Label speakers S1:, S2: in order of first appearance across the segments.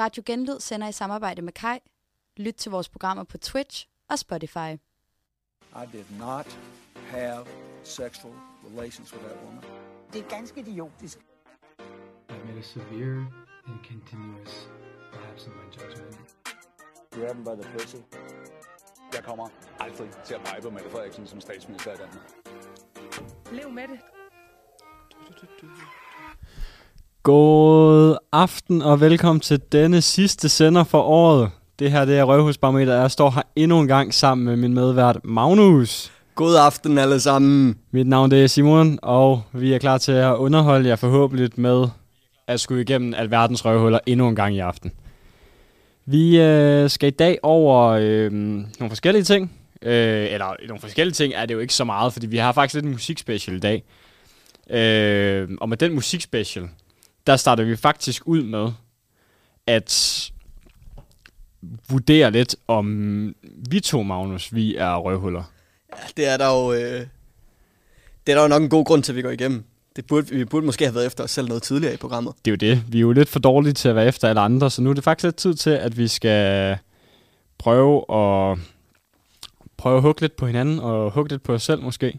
S1: Radio Genlyd sender i samarbejde med Kai. Lyt til vores programmer på Twitch og Spotify.
S2: I did not have sexual relations with that woman.
S3: Det er ganske idiotisk.
S4: I've made a severe and continuous lapse in my judgment.
S5: Grab him by the pussy.
S6: Jeg kommer aldrig til at pege på Mette Frederiksen som statsminister i Danmark.
S7: Lev med det.
S8: God aften og velkommen til denne sidste sender for året. Det her det er Røvhusbarometer, og jeg står her endnu en gang sammen med min medvært Magnus.
S9: God aften alle sammen.
S8: Mit navn det er Simon, og vi er klar til at underholde jer forhåbentlig med at skulle igennem alverdens røvhuller endnu en gang i aften. Vi øh, skal i dag over øh, nogle forskellige ting. Øh, eller nogle forskellige ting er det jo ikke så meget, fordi vi har faktisk lidt en musikspecial i dag. Øh, og med den musikspecial, der starter vi faktisk ud med at vurdere lidt, om vi to, Magnus, vi er røvhuller.
S9: Ja, det er der jo... Øh, det er der jo nok en god grund til, at vi går igennem. Det burde, vi burde måske have været efter os selv noget tidligere i programmet.
S8: Det er jo det. Vi er jo lidt for dårlige til at være efter alle andre, så nu er det faktisk lidt tid til, at vi skal prøve at, prøve at hugge lidt på hinanden og hugge lidt på os selv måske.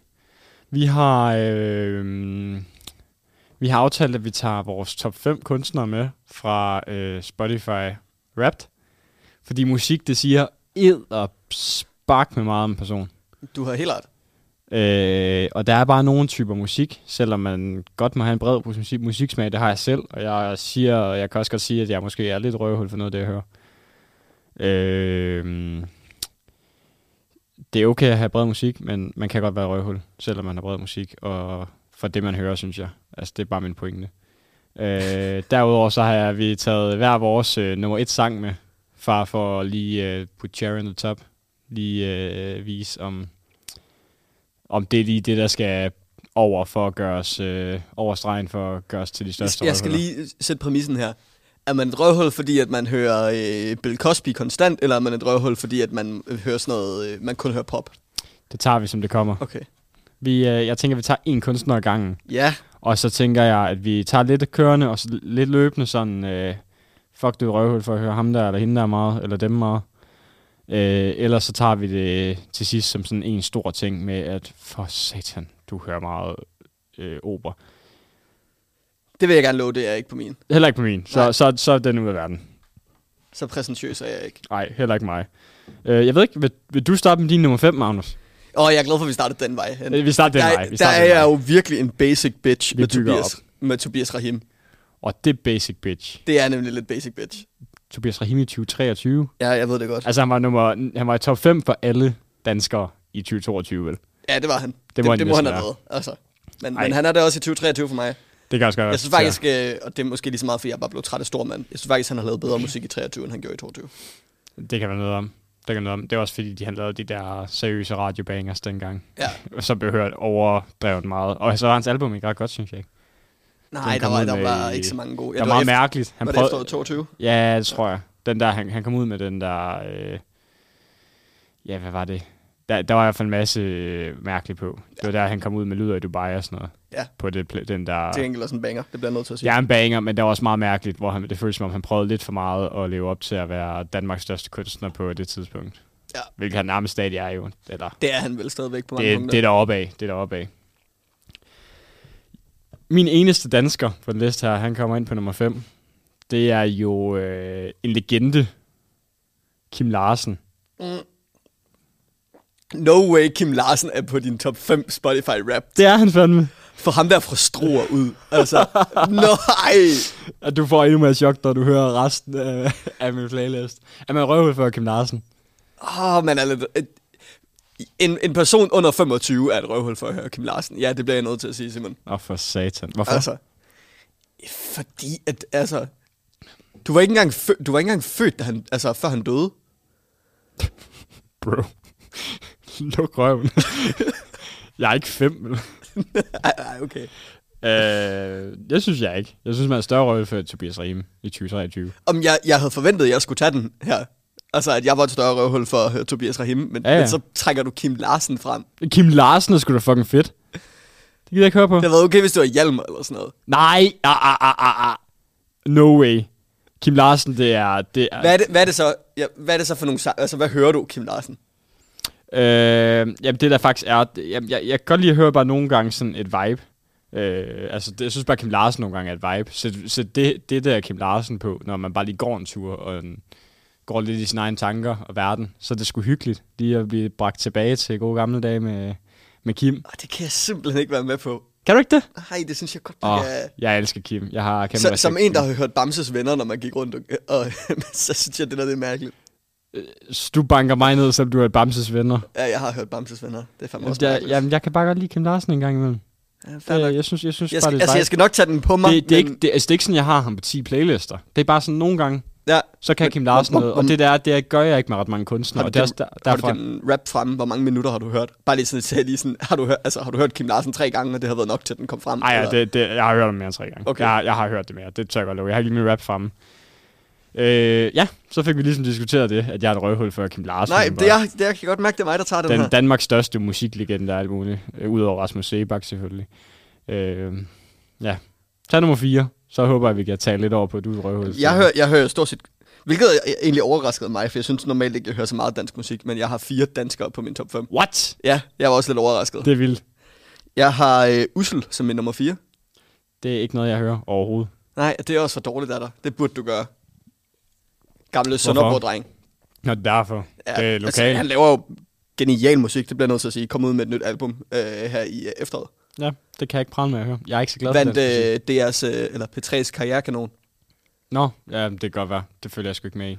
S8: Vi har, øh, vi har aftalt, at vi tager vores top 5 kunstnere med fra øh, Spotify Wrapped, fordi musik, det siger ed og spark med meget om en person.
S9: Du har helt ret.
S8: Øh, og der er bare nogle typer musik, selvom man godt må have en bred musik, musiksmag, det har jeg selv, og jeg, siger, og jeg kan også godt sige, at jeg måske er lidt røvhul for noget af det, jeg hører. Øh, det er okay at have bred musik, men man kan godt være røvhul, selvom man har bred musik, og for det, man hører, synes jeg. Altså, det er bare min pointe. Øh, derudover så har vi taget hver vores øh, nummer et sang med, far for at lige øh, put cherry on the top, lige øh, vise om om det er lige det, der skal over for at gøre os, øh, over stregen for at gøre os til de største
S9: Jeg skal
S8: røvhuller.
S9: lige sætte præmissen her. Er man et røvhul, fordi at man hører øh, Bill Cosby konstant, eller er man et røvhul, fordi at man øh, hører sådan noget, øh, man kun hører pop?
S8: Det tager vi, som det kommer.
S9: Okay.
S8: Vi, øh, jeg tænker, vi tager en kunstner ad gangen,
S9: Ja,
S8: og så tænker jeg, at vi tager lidt kørende og så lidt løbende sådan, øh, fuck du røvhul for at høre ham der, eller hende der meget, eller dem meget. Øh, ellers så tager vi det til sidst som sådan en stor ting med, at for satan, du hører meget øh, opera.
S9: det vil jeg gerne love, det er ikke på min.
S8: Heller ikke på min, så,
S9: Nej.
S8: så, så er den ud af verden.
S9: Så præsentøs er jeg ikke.
S8: Nej, heller ikke mig. Øh, jeg ved ikke, vil, vil du starte med din nummer 5, Magnus?
S9: Og jeg er glad for, at vi startede den vej. hen.
S8: Øh, Vi starter den
S9: der,
S8: vej. Vi
S9: der
S8: starter
S9: er
S8: den
S9: jeg
S8: vej.
S9: jo virkelig en basic bitch
S8: Vi
S9: med
S8: bygger
S9: Tobias, med Tobias Rahim.
S8: Og det er basic bitch.
S9: Det er nemlig lidt basic bitch.
S8: Tobias Rahimi 2023.
S9: Ja, jeg ved det godt.
S8: Altså han var, nummer, han var i top 5 for alle danskere i 2022, vel?
S9: Ja, det var han.
S8: Det
S9: Det,
S8: må
S9: må
S8: han
S9: det, det må han
S8: næsten
S9: have
S8: være.
S9: været. Altså. Men,
S8: Ej.
S9: men han er der også i 2023 for mig.
S8: Det kan også godt
S9: Jeg synes faktisk, øh, og det er måske lige så meget, fordi jeg bare blev træt af stormand. Jeg synes faktisk, han har lavet bedre musik i 23, end han gjorde i 22.
S8: Det kan være noget om. Det kan noget om. Det er også fordi, de han lavede de der seriøse radiobangers dengang.
S9: Ja.
S8: Og så blev hørt overdrevet meget. Og så var hans album ikke ret godt, synes jeg. ikke.
S9: Nej,
S8: Den
S9: der
S8: kom ud
S9: var, der
S8: med
S9: var
S8: i-
S9: ikke så mange gode.
S8: det var meget
S9: efter,
S8: mærkeligt.
S9: Han
S8: Han
S9: var det efteråret 22?
S8: Ja, det tror jeg. Den der, han, han kom ud med den der... Øh, ja, hvad var det? Der, der var i hvert fald en masse øh, mærkeligt på. Det var der, han kom ud med lyder i Dubai og sådan noget.
S9: Ja.
S8: På det, pl- den der...
S9: Til enkelt også en banger, det bliver jeg nødt til at sige.
S8: Jeg er en banger, men det var også meget mærkeligt, hvor han, det føltes som om, han prøvede lidt for meget at leve op til at være Danmarks største kunstner på det tidspunkt.
S9: Ja.
S8: Hvilket han nærmest stadig er jo. Eller,
S9: Det er han vel stadigvæk på mange
S8: det,
S9: punkter.
S8: det er deroppe af. Det er deroppe af. Min eneste dansker på den liste her, han kommer ind på nummer 5. Det er jo øh, en legende. Kim Larsen.
S9: No way Kim Larsen er på din top 5 Spotify rap.
S8: Det er han fandme.
S9: For ham der fra Struer ud. Altså, nej.
S8: At du får endnu mere chok, når du hører resten af, af min playlist. Er man røvhul for Kim Larsen?
S9: Åh, oh, man er lidt... et- En, en person under 25 er et røvhul for at høre Kim Larsen. Ja, det bliver jeg nødt til at sige, Simon.
S8: Åh, oh, for satan. Hvorfor?
S9: Altså, fordi at, altså, du var ikke engang, fø- du var ikke engang født, da han, altså, før han døde.
S8: Bro. Luk røven. jeg er ikke fem. vel?
S9: Ej, ej, okay.
S8: øh, jeg synes jeg ikke. Jeg synes, man er større røvel for Tobias Riem i 2023.
S9: Om jeg, jeg havde forventet, at jeg skulle tage den her. Altså, at jeg var et større røvhul for at høre Tobias Rahim, men, ja,
S8: Ja, ja.
S9: ja. men så trækker du Kim Larsen frem.
S8: Kim Larsen er sgu da fucking fedt. Det gider jeg ikke høre på.
S9: Det havde været okay, hvis det var Hjalmar eller sådan noget.
S8: Nej, ah, ah, ah, ah, ah. No way. Kim Larsen, det er... Det er
S9: Hvad er det, hvad er det, så, ja, hvad er det så for nogle sange? Altså, hvad hører du, Kim Larsen?
S8: Øh, jamen det der faktisk er, det- jamen, jeg, jeg kan godt lide at høre bare nogle gange sådan et vibe. Øh, altså det, jeg synes bare, Kim Larsen nogle gange er et vibe. Så, så det, det der er Kim Larsen på, når man bare lige går en tur og en, går lidt i sine egne tanker og verden, så er det sgu hyggeligt lige at blive bragt tilbage til gode gamle dage med, med Kim.
S9: Oh, det kan jeg simpelthen ikke være med på.
S8: Kan du ikke det?
S9: Nej, det synes jeg godt, du
S8: Åh,
S9: kan...
S8: jeg elsker Kim. Jeg har kæmpe
S9: Så,
S8: respekt
S9: som
S8: for
S9: en, der
S8: Kim.
S9: har hørt Bamses venner, når man gik rundt, og, og så synes jeg, det der det er mærkeligt.
S8: Så Du banker mig ned, selvom du er et Bamses venner.
S9: Ja, jeg har hørt Bamses venner. Det er fandme
S8: Jamen,
S9: også
S8: jeg,
S9: mærkeligt.
S8: jamen, jeg kan bare godt lide Kim Larsen en gang imellem.
S9: Ja, fair nok.
S8: Det, Øh, jeg synes, jeg synes
S9: jeg,
S8: bare,
S9: skal,
S8: det er et
S9: altså,
S8: vibe.
S9: jeg skal nok tage den på mig,
S8: det, det, er
S9: men-
S8: ikke, det, altså, det er ikke sådan, jeg har ham på 10 playlister. Det er bare sådan, nogle gange,
S9: Ja.
S8: så kan
S9: Men-
S8: Kim Larsen
S9: hvor-
S8: noget.
S9: hvor-
S8: Og det der, det gør jeg ikke med ret mange kunstnere.
S9: Har
S8: Og
S9: du,
S8: det er
S9: gennem,
S8: også der,
S9: har du
S8: derfor,
S9: gennem rap frem, hvor mange minutter har du hørt? Bare lige sådan, sagde lige sådan har, du hørt, altså, har du hørt Kim Larsen tre gange, og det har været nok til, at den kom frem?
S8: Ej, ja,
S9: eller?
S8: det, det, jeg har hørt om mere end tre gange.
S9: Okay.
S8: Okay. Jeg, har- jeg har hørt det mere. Det tør jeg godt love. Jeg har ikke lige min rap fremme. Øh, ja, så fik vi ligesom diskuteret det, at jeg er et røvhul for Kim Larsen.
S9: Nej,
S8: Han
S9: det
S8: var
S9: er, det er, jeg kan godt mærke, det er mig, der tager den,
S8: Den
S9: her.
S8: Danmarks største musiklegende og alt muligt. Øh, Udover Rasmus Sebak selvfølgelig. Øh, ja. Tag nummer 4. Så håber jeg, vi kan tale lidt over på, at du er et røvhul.
S9: Jeg hører, jeg hører stort set... Hvilket er egentlig overraskede mig, for jeg synes normalt ikke, jeg hører så meget dansk musik, men jeg har fire danskere på min top 5.
S8: What?
S9: Ja, jeg var også lidt overrasket.
S8: Det er vildt.
S9: Jeg har øh, Ussel som min nummer 4.
S8: Det er ikke noget, jeg hører overhovedet.
S9: Nej, det er også for dårligt af dig. Det burde du gøre. Gamle Sønderborg-dreng.
S8: Nå, derfor. Ja, det er lokalt.
S9: han
S8: Altså,
S9: laver jo genial musik, det bliver jeg nødt til at sige. Kom ud med et nyt album øh, her i øh, efteråret.
S8: ja, det kan jeg ikke prale med at høre. Jeg er ikke så glad
S9: Vandt
S8: for det. Øh...
S9: øh, DR's, øh, eller P3's karrierekanon.
S8: Nå, ja, det kan godt være. Det følger jeg sgu ikke med i.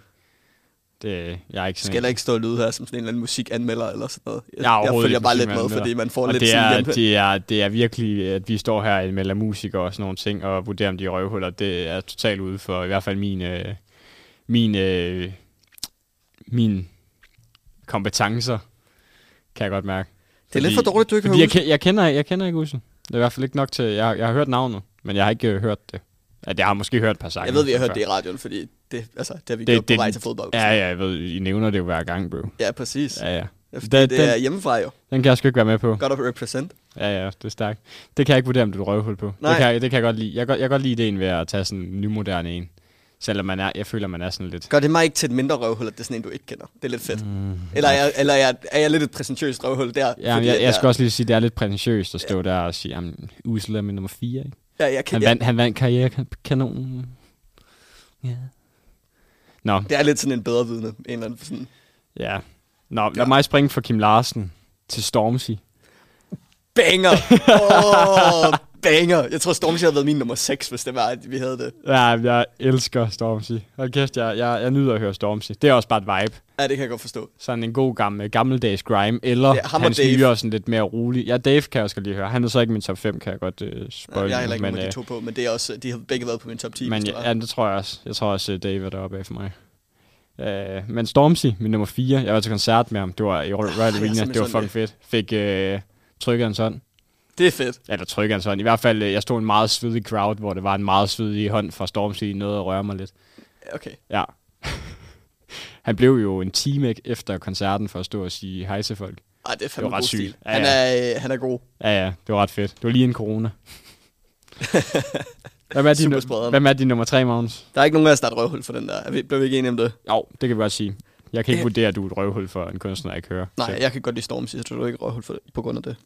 S8: Det, jeg er ikke
S9: Skal
S8: sådan en.
S9: heller ikke stå og lyde her som sådan en eller anden musikanmelder eller sådan noget. Jeg,
S8: er
S9: jeg
S8: overhovedet
S9: følger
S8: ikke
S9: bare lidt med,
S8: musikanmelder.
S9: fordi man får
S8: Og
S9: lidt
S8: det
S9: sådan
S8: er,
S9: hjemme-
S8: det, er, det er virkelig, at vi står her mellem musikere og sådan nogle ting, og vurderer, om de er røvhuller. Det er totalt ude for i hvert fald min, øh, min, øh, min kompetencer, kan jeg godt mærke.
S9: Det er lidt for dårligt, du ikke har
S8: fordi jeg,
S9: Ussel.
S8: ke- jeg, kender, jeg kender ikke Ussel. Det er i hvert fald ikke nok til, jeg, jeg har hørt navnet, men jeg har ikke øh, hørt det. At jeg har måske hørt et par sange.
S9: Jeg ved, vi har hørt
S8: før.
S9: det i radioen, fordi det, altså, det har vi det,
S8: Det-
S9: gjort på
S8: det-
S9: vej til fodbold.
S8: Ja, ja, jeg ved, I nævner det jo hver gang, bro.
S9: ja præcis. Ja,
S8: Ja, ja.
S9: fordi
S8: Den-
S9: det, det er
S8: den-
S9: hjemmefra jo.
S8: Den kan jeg sgu ikke være med på.
S9: Godt at represent.
S8: Ja, ja, det er stærkt. Det kan jeg ikke vurdere, om du er et røvhul på.
S9: Nej.
S8: Det kan, jeg, det kan jeg godt lide. Jeg kan, jeg kan godt lide ideen ved at tage sådan en nymoderne en. Selvom man er, jeg føler, man er sådan lidt...
S9: Gør det mig ikke til et mindre røvhul, at det er sådan en, du ikke kender. Det er lidt fedt. Mm. Eller, er, jeg- eller er, jeg- er jeg lidt et præsentøst røvhul der?
S8: Ja, men
S9: Fordi
S8: jeg,
S9: at
S8: jeg skal
S9: jeg-
S8: også lige sige, at det er lidt prætentiøst at stå der og sige, at Ursula er min nummer 4, ikke?
S9: Ja, jeg kan,
S8: Han,
S9: jeg,
S8: vandt, han vandt karrierekanonen. Ja. Nå,
S9: det er lidt sådan en bedre vidne. En eller anden sådan.
S8: ja. Nå, lad mig springe fra Kim Larsen til Stormzy.
S9: Banger! oh, banger! Jeg tror, Stormzy havde været min nummer 6, hvis det var, at vi havde det.
S8: Ja, jeg elsker Stormzy. Hold kæft, jeg, jeg, jeg nyder at høre Stormzy. Det er også bare et vibe.
S9: Ja, det kan jeg godt forstå.
S8: sådan en god gammel, gammeldags grime, eller
S9: Ja,
S8: ja,
S9: ham og
S8: hans
S9: Dave.
S8: nyere sådan lidt mere rolig. Ja, Dave kan jeg også godt lige høre. Han er så ikke min top 5, kan jeg godt øh,
S9: Ja,
S8: spoil.
S9: jeg har heller ikke
S8: men,
S9: nogen af de
S8: øh,
S9: to på, men det er også, de har begge været på min top 10.
S8: men
S9: hvis det
S8: ja,
S9: var.
S8: ja, det tror jeg også. Jeg tror også, øh, Dave er deroppe af for mig. Øh, men Stormzy, min nummer 4, jeg var til koncert med ham. Det var i Royal
S9: jeg er
S8: Royal Arena.
S9: Ah, simpelthen
S8: Det var
S9: sådan
S8: fucking fedt. Fik øh, trykket hans hånd.
S9: Det er fedt.
S8: Eller trykket hans hånd. I hvert fald, øh, jeg stod i en meget svedig crowd, hvor det var en meget svedig hånd fra Stormzy, noget at røre mig lidt.
S9: Okay.
S8: Ja. Han blev jo en time efter koncerten for at stå og sige hej til folk.
S9: Ej, det er fandme
S8: Det var
S9: god
S8: ret
S9: stil.
S8: sygt. Ja,
S9: Han, er, øh, han er god.
S8: Ja, ja, det var ret fedt. Det var lige en corona. Hvem er, din,
S9: Supersprederen.
S8: hvem er din nummer tre, Magnus?
S9: Der er ikke nogen af os, der er et røvhul for den der. Er vi- Blev vi ikke enige om det?
S8: Jo, det kan vi godt sige. Jeg kan ikke
S9: Øh.
S8: vurdere, at du er et røvhul for en kunstner, jeg ikke hører.
S9: Nej,
S8: Så-
S9: jeg kan godt lide Storm, så du er ikke et røvhul for det, på grund af det.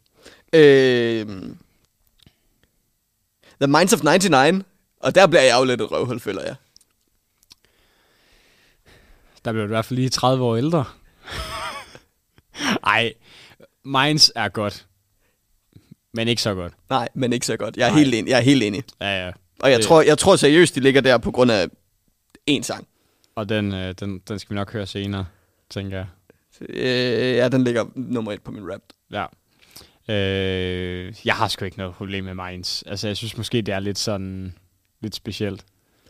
S9: Øh, The Minds of 99. Og der bliver jeg jo lidt et røvhul, føler jeg.
S8: Der blev du i hvert fald lige 30 år ældre. Ej, Minds er godt. Men ikke så godt.
S9: Nej, men ikke så godt. Jeg er, helt enig. Jeg er helt enig.
S8: Ja, ja.
S9: Og jeg,
S8: Det-
S9: tror, jeg tror seriøst, de ligger der på grund af én sang.
S8: Og den, øh, den, den skal vi nok høre senere, tænker jeg.
S9: Øh, ja, den ligger nummer et på min rap.
S8: Ja. Øh, jeg har sgu ikke noget problem med Minds. Altså, jeg synes måske, det er lidt sådan... Lidt specielt.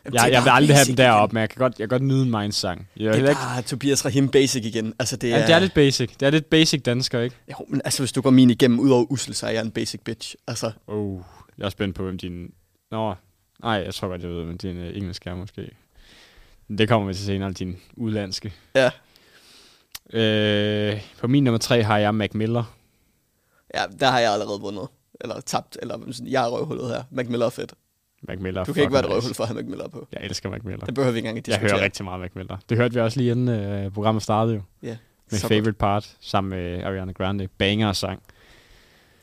S9: Jamen,
S8: Jeg,
S9: det er
S8: jeg vil
S9: bare
S8: aldrig have
S9: basic
S8: dem
S9: igen.
S8: deroppe, men jeg kan godt, jeg kan godt nyde en Minds sang. Jeg er
S9: Det
S8: heller
S9: er
S8: ikke,
S9: bare Tobias Rahim basic igen. Altså, det er,
S8: ja. det er lidt basic. Det er lidt basic dansker, ikke?
S9: Jo, men altså, hvis du går min igennem ud over Ussel, så er jeg en basic bitch. Altså,
S8: Oh, jeg er spændt på, hvem din... Nå, nej, jeg tror godt, jeg ved, hvem din øh, engelsk er måske. Men Det kommer vi til senere, din udlandske.
S9: ja.
S8: Øh, på min nummer tre har jeg Mac Miller.
S9: Ja, der har jeg allerede vundet. Eller tabt, eller sådan, jeg er røvhullet her. Mac Miller er fedt.
S8: Mac Miller.
S9: Du kan ikke
S8: fucking
S9: være et
S8: nice.
S9: røvhul for at have Mac Miller på.
S8: Jeg elsker Mac Miller.
S9: Det behøver vi ikke engang at
S8: Jeg
S9: diskutere.
S8: hører rigtig meget Mac Miller. Det hørte vi også lige inden øh, programmet startede jo.
S9: Ja.
S8: Min
S9: Så
S8: favorite part, sammen med Ariana Grande. Banger og sang.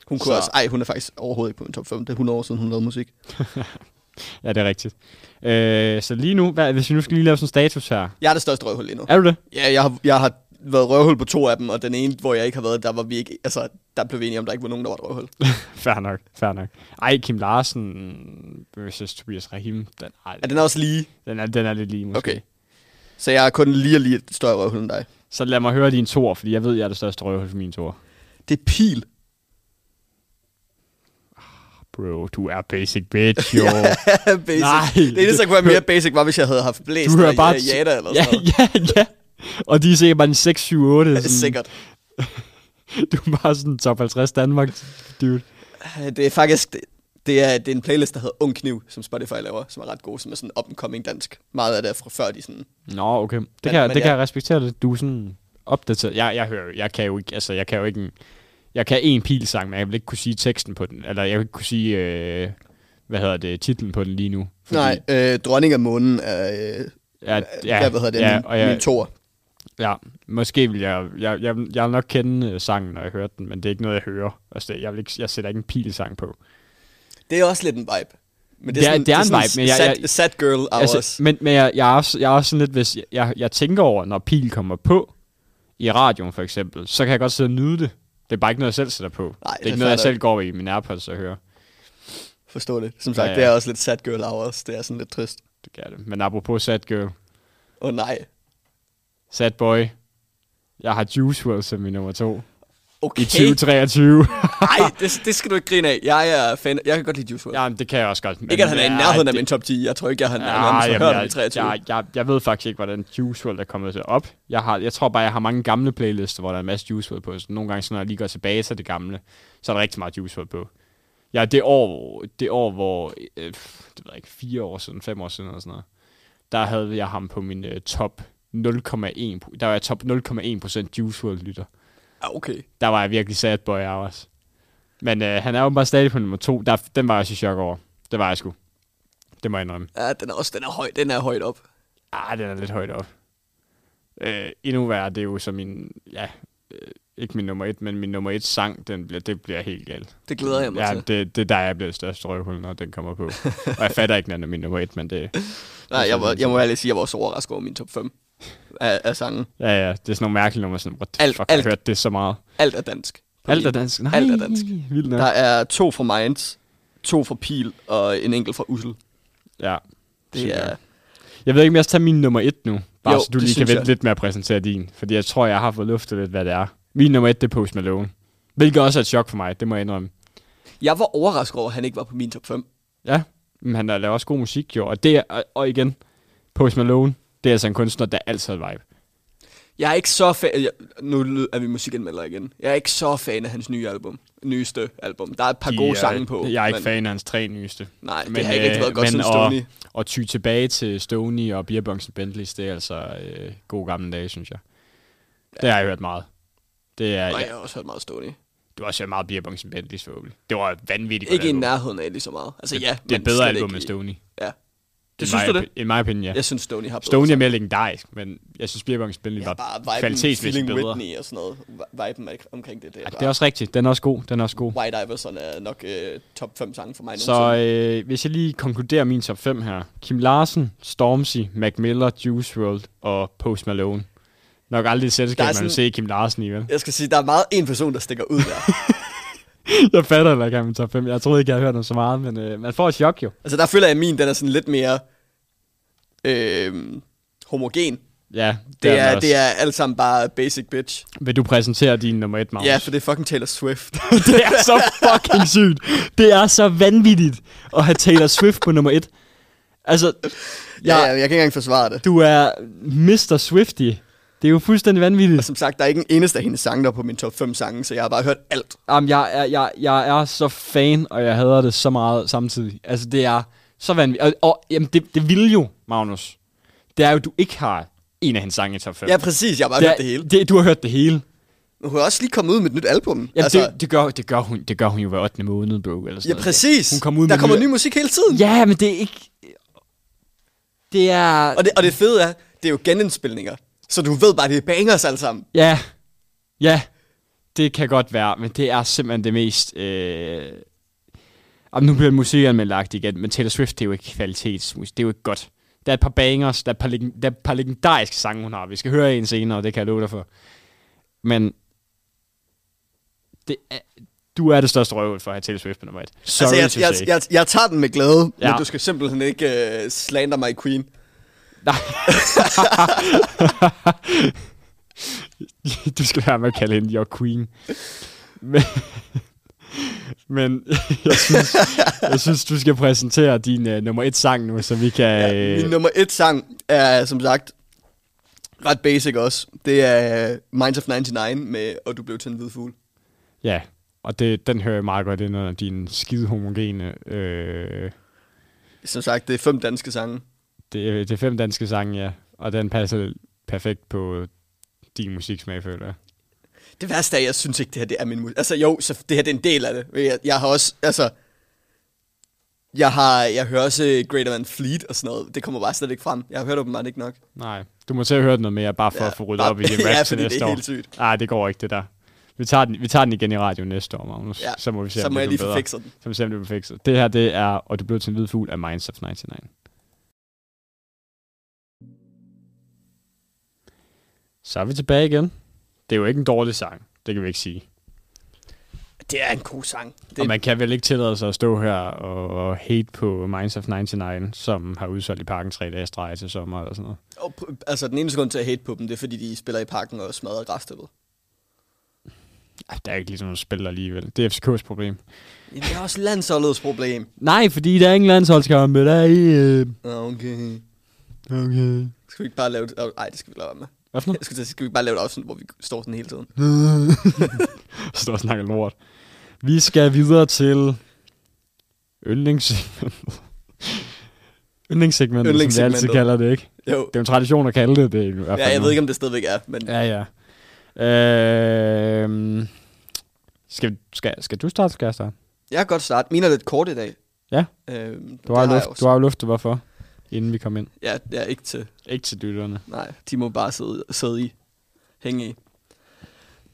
S9: Hun kunne
S8: Så-
S9: også, ej, hun er faktisk overhovedet ikke på min top 5. Det er 100 år siden, hun lavede musik.
S8: Ja, det er rigtigt. Øh, så lige nu, hvad, hvis vi nu skal lige lave sådan en status her.
S9: Jeg er det største røvhul lige nu.
S8: Er du det?
S9: Ja, jeg har, jeg har været røvhul på to af dem, og den ene, hvor jeg ikke har været, der var vi ikke, altså, der blev vi enige om, der ikke var nogen, der var et røvhul.
S8: Fair nok, fair nok. Ej, Kim Larsen versus Tobias Rahim. Den, ej,
S9: Er den også lige?
S8: den, er, den er lidt lige måske.
S9: Okay. Så jeg er kun lige og lige et større røvhul end dig.
S8: Så lad mig høre din tor, fordi jeg ved, jeg er det største røvhul for min tor.
S9: Det er pil.
S8: Bro, du er basic bitch, jo.
S9: basic.
S8: Nej.
S9: Det eneste, der kunne være mere basic, var, hvis jeg havde haft blæst
S8: du hører bare...
S9: ja, jada eller
S8: ja,
S9: sådan noget.
S8: ja, ja. Og de er sikkert bare en 6, 7, 8. Sådan,
S9: Sikkert.
S8: Du er bare sådan top 50 Danmark, dude.
S9: Det er faktisk... Det, det, er, det er en playlist, der hedder Ung Kniv, som Spotify laver, som er ret god, som er sådan up and coming dansk. Meget af det er fra før, de sådan...
S8: Nå, okay. Det,
S9: Men-
S8: kan, jeg,
S9: men
S8: det kan
S9: ja.
S8: jeg respektere det. Du er sådan opdateret. Jeg, jeg hører jo- jeg kan jo ikke, altså jeg kan jo ikke en, jeg kan en pilsang, men jeg vil ikke kunne sige teksten på den, eller jeg vil ikke kunne sige, øh, hvad hedder det, titlen på den lige nu.
S9: Fordi... Nej, øh, Dronning af Månen er... Øh,
S8: ja,
S9: ja,
S8: ja,
S9: hvad hedder det?
S8: ja,
S9: min,
S8: og jeg,
S9: min toer.
S8: Ja, måske vil jeg, jeg, jeg, jeg vil nok kende øh, sangen, når jeg hører den, men det er ikke noget, jeg hører. Altså, det- jeg, vil ikke, jeg sætter ikke en pilsang på.
S9: Det er også lidt en vibe. Men
S8: Det er- det er en vibe, men jeg-
S9: sad,
S8: jeg-
S9: sad girl hours. Altså,
S8: men men jeg, jeg, er også, jeg er også sådan lidt, hvis jeg, jeg, jeg tænker over, når pil kommer på, i radioen for eksempel, så kan jeg godt sidde og nyde det. Det er bare ikke noget, jeg selv sætter på. det er
S9: det er
S8: ikke noget, jeg
S9: fair nok.
S8: selv går i min Airpods og hører.
S9: Forstå det. Som sagt, ja,
S8: Ja, ja.
S9: ja. det er også lidt sad girl hours. Det er sådan lidt trist.
S8: Det kan jeg det. Men apropos sad girl,
S9: Åh oh, nej.
S8: sad boy, jeg har Juice WRLD som min nummer to
S9: Okay.
S8: i 2023.
S9: Nej, det, det, skal du ikke grine af. Jeg er fan. Jeg kan godt lide Juice WRLD.
S8: Jamen, det kan jeg også godt. Men,
S9: Ikke at han er i
S8: Ja,
S9: nærheden af
S8: det-
S9: min top 10. Jeg tror ikke, jeg har
S8: Ja,
S9: nærheden
S8: jamen,
S9: af hørt ham i
S8: jeg,
S9: 23.
S8: jeg, jeg, jeg ved faktisk ikke, hvordan Juice WRLD er kommet til op. Jeg, har, jeg tror bare, jeg har mange gamle playlister, hvor der er en masse Juice WRLD på. Så nogle gange, så når jeg lige går tilbage til det gamle, så er der rigtig meget Juice WRLD på. Ja, det år, det år hvor, øh, det ved jeg ikke, fire år siden, fem år siden eller sådan noget, der havde jeg ham på min øh, top 0,1, pro- der var jeg top 0,1 procent Juice WRLD lytter.
S9: Ah, okay.
S8: Der var jeg virkelig sad boy hours. Men øh, han er åbenbart stadig på nummer to. Der, den var jeg også i chok over. Det var jeg sgu. Det må jeg indrømme.
S9: Ja, den er også den er høj, den er højt op.
S8: Ah, den er lidt højt op. Øh, endnu værre, det er jo så min, ja, øh, ikke min nummer et, men min nummer et sang, den bliver, det bliver helt galt.
S9: Det glæder jeg mig
S8: ja,
S9: til.
S8: Det, det er der, jeg bliver størst røvhul, når den kommer på. og jeg fatter ikke, når den er min nummer et, men det,
S9: Nej, jeg, var, jeg må ærligt sige, jeg var også overrasket over min top 5 af, af sangen.
S8: ja, ja, det er sådan nogle mærkelige numre, sådan, what the
S9: Alt-
S8: fuck, alt, jeg
S9: alt-
S8: har hørt det så meget.
S9: Alt er dansk.
S8: Alt er
S9: dansk.
S8: dansk. Nej,
S9: Alt er dansk.
S8: Vildt nok.
S9: Der er to fra Minds, to fra Pil og en enkelt fra Ussel.
S8: Ja.
S9: Det er,
S8: Jeg ved ikke, om jeg skal tage min nummer et nu. Bare jo,
S9: Jo,
S8: så du
S9: det
S8: lige kan
S9: synes
S8: vente
S9: jeg.
S8: lidt med at præsentere din. Fordi jeg tror, jeg har fået luftet lidt, hvad det er. Min nummer et, det er Post Malone. Hvilket også er et chok for mig, det må jeg indrømme.
S9: jeg var overrasket over, at han ikke var på min top 5.
S8: Ja, men han laver også god musik jo. Og, det er, og- og igen, Post Malone, det er altså en kunstner, der altid har et vibe.
S9: Jeg er ikke så fan... Jeg, nu lyd- er vi musikanmelder igen. Jeg er ikke så fan af hans nye album. Nyeste album. Der er et par gode
S8: De er-
S9: sange på.
S8: Jeg er ikke
S9: men-
S8: fan af hans tre nyeste.
S9: Nej, det har ikke rigtig været
S8: øh,
S9: godt
S8: men
S9: siden
S8: at-
S9: Stoney.
S8: At ty tilbage til Stoney og Beerbongsen Bentleys, det er altså øh, gode gamle dage, synes jeg. Det har jeg hørt meget. Det er,
S9: Og
S8: ja,
S9: jeg har også hørt meget Stoney.
S8: du har også hørt meget Beerbongsen Bentleys forhåbentlig. Det var et vanvittigt godt
S9: Ikke i
S8: album.
S9: nærheden af lige så meget. Altså ja,
S8: det er
S9: men
S8: et bedre
S9: slet
S8: album
S9: ikke
S8: end
S9: i-
S8: Stoney.
S9: Ja.
S8: In
S9: Det synes
S8: my
S9: du
S8: opi-
S9: det?
S8: In my opinion, ja.
S9: Jeg synes, Stoney har bedre
S8: Stoney er
S9: sange.
S8: mere legendarisk, men jeg synes, Beerbongsen Bentleys
S9: Ja,
S8: var
S9: bare viben,
S8: kvalitetsmæssigt
S9: Feeling
S8: bedre.
S9: Whitney og sådan noget. Vi- Viben er- omkring det. Det er,
S8: Ja, det er også rigtigt. Den er også god. Den er også god.
S9: White Iverson er nok øh, top 5 sange for mig
S8: Så øh, hvis jeg lige konkluderer min top 5 her. Kim Larsen, Stormzy, Mac Miller, Juice WRLD og Post Malone. Nok aldrig et selskab,
S9: Der er
S8: man
S9: sådan-
S8: vil se Kim Larsen i, vel?
S9: Jeg skal sige, der er meget en person, der stikker ud der.
S8: Jeg fatter heller ikke, at han er min top 5. Jeg troede ikke, jeg havde hørt ham så meget, men øh, man får et chok jo.
S9: altså, der føler jeg, at min den er sådan lidt mere øh, homogen.
S8: Ja,
S9: Det,
S8: den
S9: er,
S8: også.
S9: det er alt sammen bare basic bitch.
S8: Vil du præsentere din nummer 1, Magnus?
S9: Ja, for det er fucking Taylor Swift.
S8: det er så fucking sygt. Det er så vanvittigt at have Taylor Swift på nummer 1. Altså,
S9: ja, ja, jeg kan ikke engang forsvare det.
S8: du er Mr. Swifty. Det er jo fuldstændig vanvittigt.
S9: Som sagt, der er ikke en eneste af hendes sange, der er på min top 5 sange, så jeg har bare hørt alt.
S8: Jamen, jeg, er, jeg, jeg er så fan, og jeg hader det så meget samtidig. Altså, det er så vanvittigt. Og, og jamen, det, det vil jo, Magnus. Det er jo, du ikke har en af hans sange i top 5.
S9: Ja, præcis, jeg har bare
S8: det,
S9: det...
S8: er-
S9: hørt det hele.
S8: Det, du har hørt det hele.
S9: Hun er også lige kommet ud med et nyt album.
S8: Jamen, altså, det, det, gør, det, gør hun, det gør hun jo hver 8. måned, bro. Eller sådan
S9: ja,
S8: noget.
S9: præcis.
S8: Hun kom ud
S9: der
S8: med
S9: kommer
S8: nye-
S9: ny musik hele tiden.
S8: Ja, men det er ikke... Det er...
S9: Og, det, og det fede er, det er jo genindspilninger. Så du ved bare, det er bangers alle sammen.
S8: Ja, ja, det kan godt være, men det er simpelthen det mest... Øh... Jamen, nu bliver musikken lagt igen, men Taylor Swift, det er jo ikke kvalitetsmusik, det er jo ikke godt. Der er et par bangers, der er et par, leg- der er et par legendariske sange, hun har. Vi skal høre en senere, og det kan jeg love dig for. Men det er, du er det største røvhul for at have Taylor Swift på nummer et. Sorry
S9: altså,
S8: to
S9: jeg,
S8: say.
S9: jeg, jeg, jeg tager den med glæde, ja.
S8: Ja.
S9: men du skal simpelthen ikke uh, slander mig queen.
S8: du skal være med at kalde hende your queen. Men, men jeg, synes, jeg synes, du skal præsentere din uh, nummer et sang nu, så vi kan... øh,
S9: Ja, min nummer et sang er, som sagt, ret basic også. Det er øh, Minds of 99 med Og du blev til en hvid fugl.
S8: ja, og det, den hører jeg meget godt ind under din skide homogene... Øh,
S9: Som sagt, det er fem danske sange.
S8: det, er- det er fem danske sange, ja. Og den passer perfekt på din musiksmag, føler jeg.
S9: Det værste er, jeg synes ikke, det her det er min musik. Altså jo, så det her det er en del af det. Men Jeg, jeg har også, altså... Jeg, har, jeg hører også øh, Greater Than Fleet og sådan noget. Det kommer bare slet ikke frem. Jeg har hørt åbenbart ikke nok.
S8: Nej, du må til at høre den noget mere, bare for ja,
S9: Ja,
S8: at få ryddet
S9: bare-
S8: op i din rap
S9: Ja,
S8: til
S9: fordi det
S8: næste
S9: er
S8: år.
S9: helt sygt.
S8: Nej, det går ikke, det der. Vi tager, den, vi tager den igen i radio næste år, Magnus. Ja, så må vi se,
S9: så
S8: om
S9: må
S8: det
S9: jeg lige
S8: bliver
S9: få
S8: bedre.
S9: fikset den.
S8: som simpelthen blev fikset. Det her, det er, og du blev til en hvid fugl af Minds of 99. Så er vi tilbage igen. Det er jo ikke en dårlig sang, det kan vi ikke sige.
S9: Det er en god sang.
S8: Det... Og man kan vel ikke tillade sig at stå her og, og hate på Minds of 99, som har udsolgt i parken tre dage i streg til sommer eller sådan noget.
S9: Og, pr- altså, den eneste grund til at hate på dem, det er, fordi de spiller i parken og smadrer græsstøvet.
S8: Ej, Der er ikke ligesom nogen spiller alligevel. Det er FCK's problem.
S9: Jamen, det er også landsholdets problem.
S8: Nej, fordi der er ingen landsholdskampe, der er i... Øh...
S9: Okay.
S8: Okay.
S9: Skal vi ikke bare lave et... Ej, det skal vi lade være med.
S8: Hvad for noget?
S9: Jeg skulle til at sige, skal vi ikke bare lave et afsnit, hvor vi står sådan hele tiden?
S8: Så der snakker lort. Vi skal videre til yndlingssegmentet. yndlingssegmentet, som vi altid
S9: Yndlingssegmentet.
S8: kalder det, ikke?
S9: Jo.
S8: Det er jo en tradition at kalde det det. I hvert fald
S9: Ja, jeg
S8: nu.
S9: ved ikke, om det stadigvæk er, men...
S8: Ja, ja. Øh, skal, skal, skal du starte, skal jeg starte?
S9: Jeg kan godt starte. Mine er lidt kort i dag.
S8: Ja.
S9: Øhm,
S8: Du har,
S9: det
S8: jo
S9: jeg
S8: luft,
S9: også.
S8: du har jo luftet, hvorfor? Inden vi kom ind.
S9: Ja, det er ikke til.
S8: Ikke til lytterne.
S9: Nej, de må bare sidde, sidde i. Hænge i.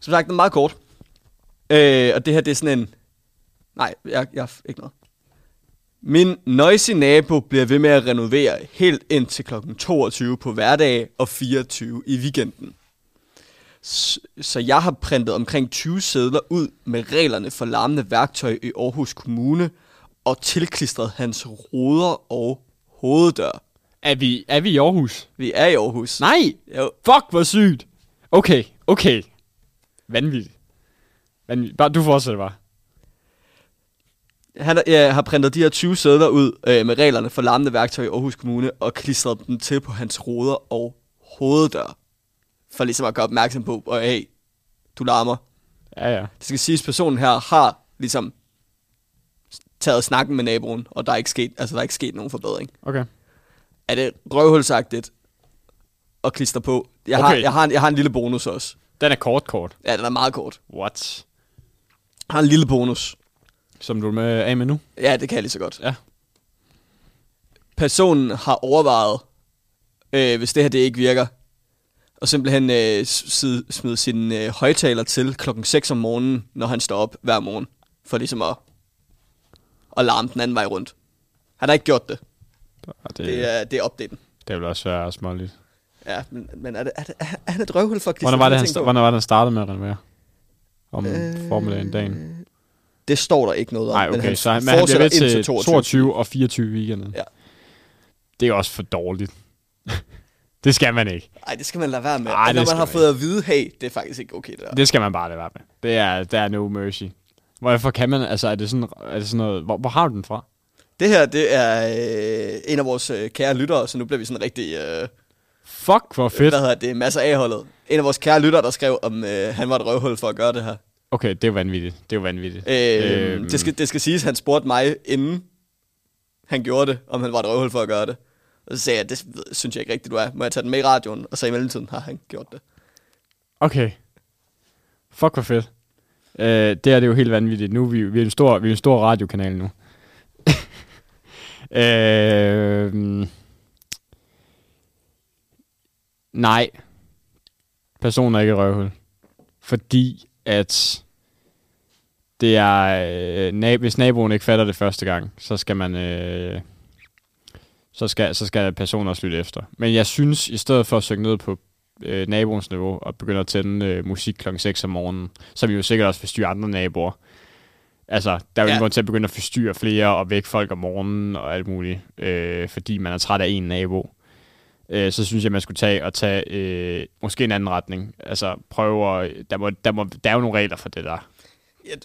S9: Som sagt, den er meget kort. Øh, og det her, det er sådan en... Nej, jeg, jeg ikke noget. Min noisy nabo bliver ved med at renovere helt ind til kl. 22 på hverdag og 24 i weekenden. S- Så jeg har printet omkring 20 sædler ud med reglerne for larmende værktøj i Aarhus Kommune og tilklistret hans ruder og hoveddør.
S8: Er vi, er vi i Aarhus?
S9: Vi er i Aarhus.
S8: Nej!
S9: Jo,
S8: Fuck, hvor sygt! Okay, okay. Vanvittigt. Vanvittigt. Bare, du fortsætter bare.
S9: Han ja, har printet de her 20 sædler ud øh, med reglerne for larmende værktøj i Aarhus Kommune og klistret dem til på hans ruder og hoveddør. For ligesom at gøre opmærksom på, og hey, du larmer.
S8: Ja, ja.
S9: Det skal siges, at personen her har ligesom taget snakken med naboen, og der er ikke sket, altså, der er ikke sket nogen forbedring.
S8: Okay.
S9: Er det røvhulsagtigt at klistre på? Jeg, har,
S8: Okay.
S9: jeg, har en, jeg har en lille bonus også.
S8: Den er kort, kort.
S9: Ja, den er meget kort.
S8: What?
S9: Jeg har en lille bonus.
S8: Som du er med af med nu?
S9: Ja, det kan jeg lige så godt.
S8: Ja.
S9: Personen har overvejet, øh, hvis det her det ikke virker, og simpelthen øh, smide, smide sin øh, højtaler til klokken 6 om morgenen, når han står op hver morgen, for ligesom at, at larme den anden vej rundt. Han har ikke gjort det.
S8: Og Ah, det,
S9: Det
S8: det, er...
S9: er, det er opdaten.
S8: det vil også være småligt.
S9: Ja, men, men er, det, er, det, er er han et røvhul for at klistre
S8: Hvornår var, det,
S9: sådan
S8: han,
S9: ting på?
S8: sta- hvornår var det, han startede med at renovere? Om øh... formiddagen dagen?
S9: Det står der ikke noget om.
S8: Nej,
S9: men
S8: okay,
S9: han
S8: så han, men han bliver
S9: fortsætter
S8: ved
S9: indtil
S8: til 22. 22 og 24 i weekenden.
S9: Ja.
S8: Det er også for dårligt. det skal man ikke.
S9: Ej, det skal man lade være med.
S8: Ej,
S9: Ej,
S8: det
S9: når man
S8: skal
S9: har
S8: man
S9: fået at vide, hey, det er faktisk ikke okay det der.
S8: Det skal man bare lade være med. Det er, der er no mercy. Hvorfor kan man, altså er det sådan, er det sådan noget, hvor, hvor har du den fra?
S9: Det her, det er øh, en af vores øh, kære lyttere, så nu bliver vi sådan rigtig, øh,
S8: Fuck, hvor fedt.
S9: hvad hedder det, masser af holdet. En af vores kære lyttere, der skrev, om øh, han var et røvhul for at gøre det her.
S8: Okay, det er vanvittigt. Det er vanvittigt.
S9: Øh, øhm. det, skal, det skal siges, han spurgte mig, inden han gjorde det, om han var et røvhul for at gøre det. Og så sagde jeg, det ved- synes jeg ikke rigtigt, du er. Må jeg tage den med i radioen? Og så i mellemtiden har han gjort det.
S8: Okay. Fuck, hvor fedt. Øh, det her det er jo helt vanvittigt. Nu er vi, vi, er, en stor, vi er en stor radiokanal nu. øh, mm. nej. Personen er ikke et røvhul. Fordi at det er, øh, nab- hvis naboen ikke fatter det første gang, så skal man... Øh, så skal, så skal personen også lytte efter. Men jeg synes, i stedet for at synge ned på øh, naboens niveau og begynde at tænde øh, musik klokken 6 om morgenen, som jo sikkert også forstyrrer andre naboer. Altså, der er jo ja.
S9: Ja.
S8: ingen grund til at begynde at forstyrre flere og vække folk om morgenen og alt muligt, øh, fordi man er træt af en nabo. Øh, så synes jeg, man skulle tage og tage øh, måske en anden retning. Altså, prøve at... Der, må, der, må, der er jo nogle regler for det der.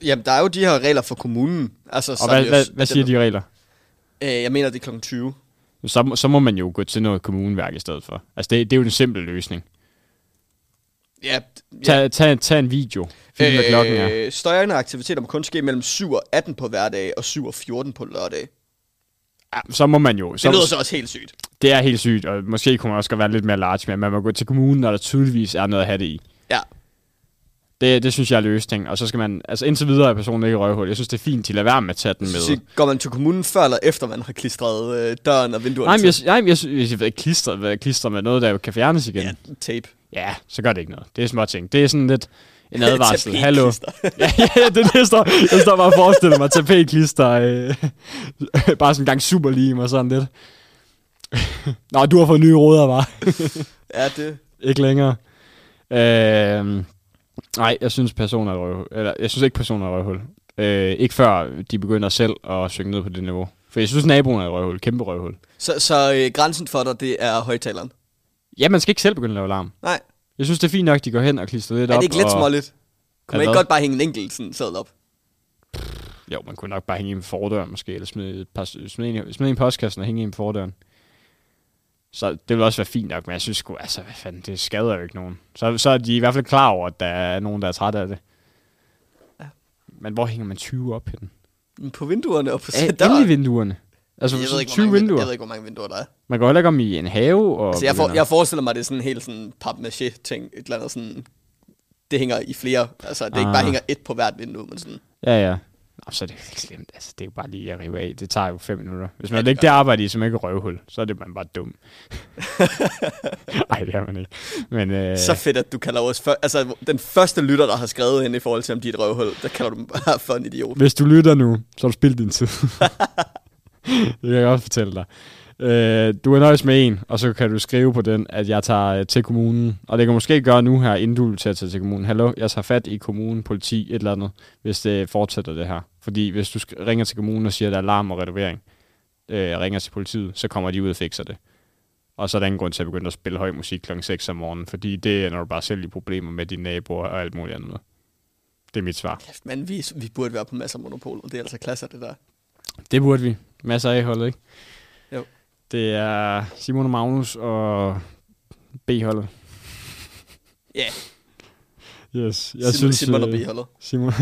S9: Jamen, der er jo de her regler for kommunen. Altså,
S8: Og hvad, hvad, hvad siger de regler?
S9: Øh, jeg mener, det er kl. 20.
S8: Så, må- så må man jo gå til noget kommuneværk i stedet for. Altså, det, det er jo en simpel løsning.
S9: Ja,
S8: Tag, ja. tag, tag en video. Find øh, hvad klokken er.
S9: Øh, støjende aktiviteter må kun ske mellem 7 og 18 på hverdag og 7 og 14 på lørdag.
S8: Ja, så må man jo.
S9: Det lyder
S8: Så,
S9: så også helt sygt.
S8: det er helt sygt, og måske kunne man også godt være lidt mere large, men man må gå til kommunen, når der tydeligvis er noget at have det i.
S9: Ja.
S8: Det, det synes jeg er løsning, og så skal man... Altså, indtil videre er personen ikke i røghul. Jeg synes, det er fint, de lader være med at tage den
S9: Så
S8: med.
S9: sig- går man til kommunen før eller efter, man har klistret øh, døren og vinduerne
S8: Nej, men jeg,
S9: til?
S8: nej, men jeg, synes, jeg, jeg klistrer, hvad jeg klistrer med noget, der jo kan fjernes igen. Ja.
S9: Ja, tape.
S8: ja, så gør det ikke noget. Det er små ting. Det er sådan lidt en advarsel. Hallo.
S9: Tapetklister.
S8: ja, ja, det, det står, jeg står bare og forestiller mig tapetklister. Øh, bare sådan en gang superlim og sådan lidt. Nå, du har fået nye råder, var.
S9: Ja, det...
S8: Ikke længere. Øh, nej, jeg synes personer er et røvhul. Eller, jeg synes ikke personer er et røvhul. Øh, ikke før de begynder selv at synge ned på det niveau. For jeg synes, naboen er et røvhul. Kæmpe røvhul.
S9: Så, så øh, grænsen for dig, det er højtaleren.
S8: Ja, man skal ikke selv begynde at lave larm.
S9: Nej,
S8: Jeg synes, det er fint nok, de går hen og klistrer lidt
S9: er
S8: op.
S9: det ikke lidt
S8: og...
S9: småligt? Kunne
S8: Ja,
S9: man ikke
S8: hvad?
S9: godt bare hænge en enkelt sådan sædel op?
S8: Jo, man kunne nok bare hænge i en fordør måske, eller smide, et par, smide, en, i- smide en i postkassen og hænge i en fordøren. Så det ville også være fint nok, men jeg synes sgu, altså, hvad fanden, det skader jo ikke nogen. Så, så er de i hvert fald klar over, at der er nogen, der er træt af det.
S9: Ja.
S8: Men hvor hænger man 20 op henne?
S9: På vinduerne og på
S8: Ja,
S9: sæderen?
S8: endelig vinduerne. Altså,
S9: Jeg ved, ikke, hvor
S8: 20
S9: mange, vinduer.
S8: vinduer.
S9: jeg ved ikke, hvor mange vinduer der er.
S8: Man går heller ikke om i en have. Og
S9: Altså, jeg, for,
S8: begynder-
S9: jeg forestiller mig, det er sådan en helt sådan papmaché-ting. Et eller andet sådan... Det hænger i flere. Altså, det er ikke
S8: Ah.
S9: bare hænger et på hvert vindue, men sådan...
S8: Ja, ja. Nå, så er det jo ikke slemt. Altså, det er jo bare lige at rive af. Det tager jo fem minutter. Hvis man ja, ikke det arbejde i, som ikke er røvhul, så er det man bare dum. Nej, det er man ikke. Men, øh,
S9: Så fedt, at du kalder os før... Altså, den første lytter, der har skrevet ind i forhold til, om de er et røvhul, der kalder du dem bare for en idiot.
S8: Hvis du lytter nu, så har du spildt din tid. det kan jeg godt fortælle dig. Øh, du er nøjes med en, og så kan du skrive på den, at jeg tager øh, til kommunen. Og det kan du måske gøre nu her, inden du til at tage til kommunen. Hallo, jeg tager fat i kommunen, politi, et eller andet, hvis det fortsætter det her. Fordi hvis du sk- ringer til kommunen og siger, at der er alarm og renovering, øh, ringer til politiet, så kommer de ud og fikser det. Og så er der ingen grund til at begynde at spille høj musik kl. 6 om morgenen, fordi det er, når du bare selv i problemer med dine naboer og alt muligt andet. Det er mit svar.
S9: Kæft, mand, vi, vi burde være på masser af monopol, og det er altså klasser, det der.
S8: Det burde vi. Masser af holdet, ikke?
S9: Jo.
S8: Det er Simon og Magnus og B-holdet.
S9: Ja, yeah.
S8: Yes. Jeg
S9: Simon,
S8: synes,
S9: Simon og
S8: øh,
S9: B-holdet.
S8: Simon,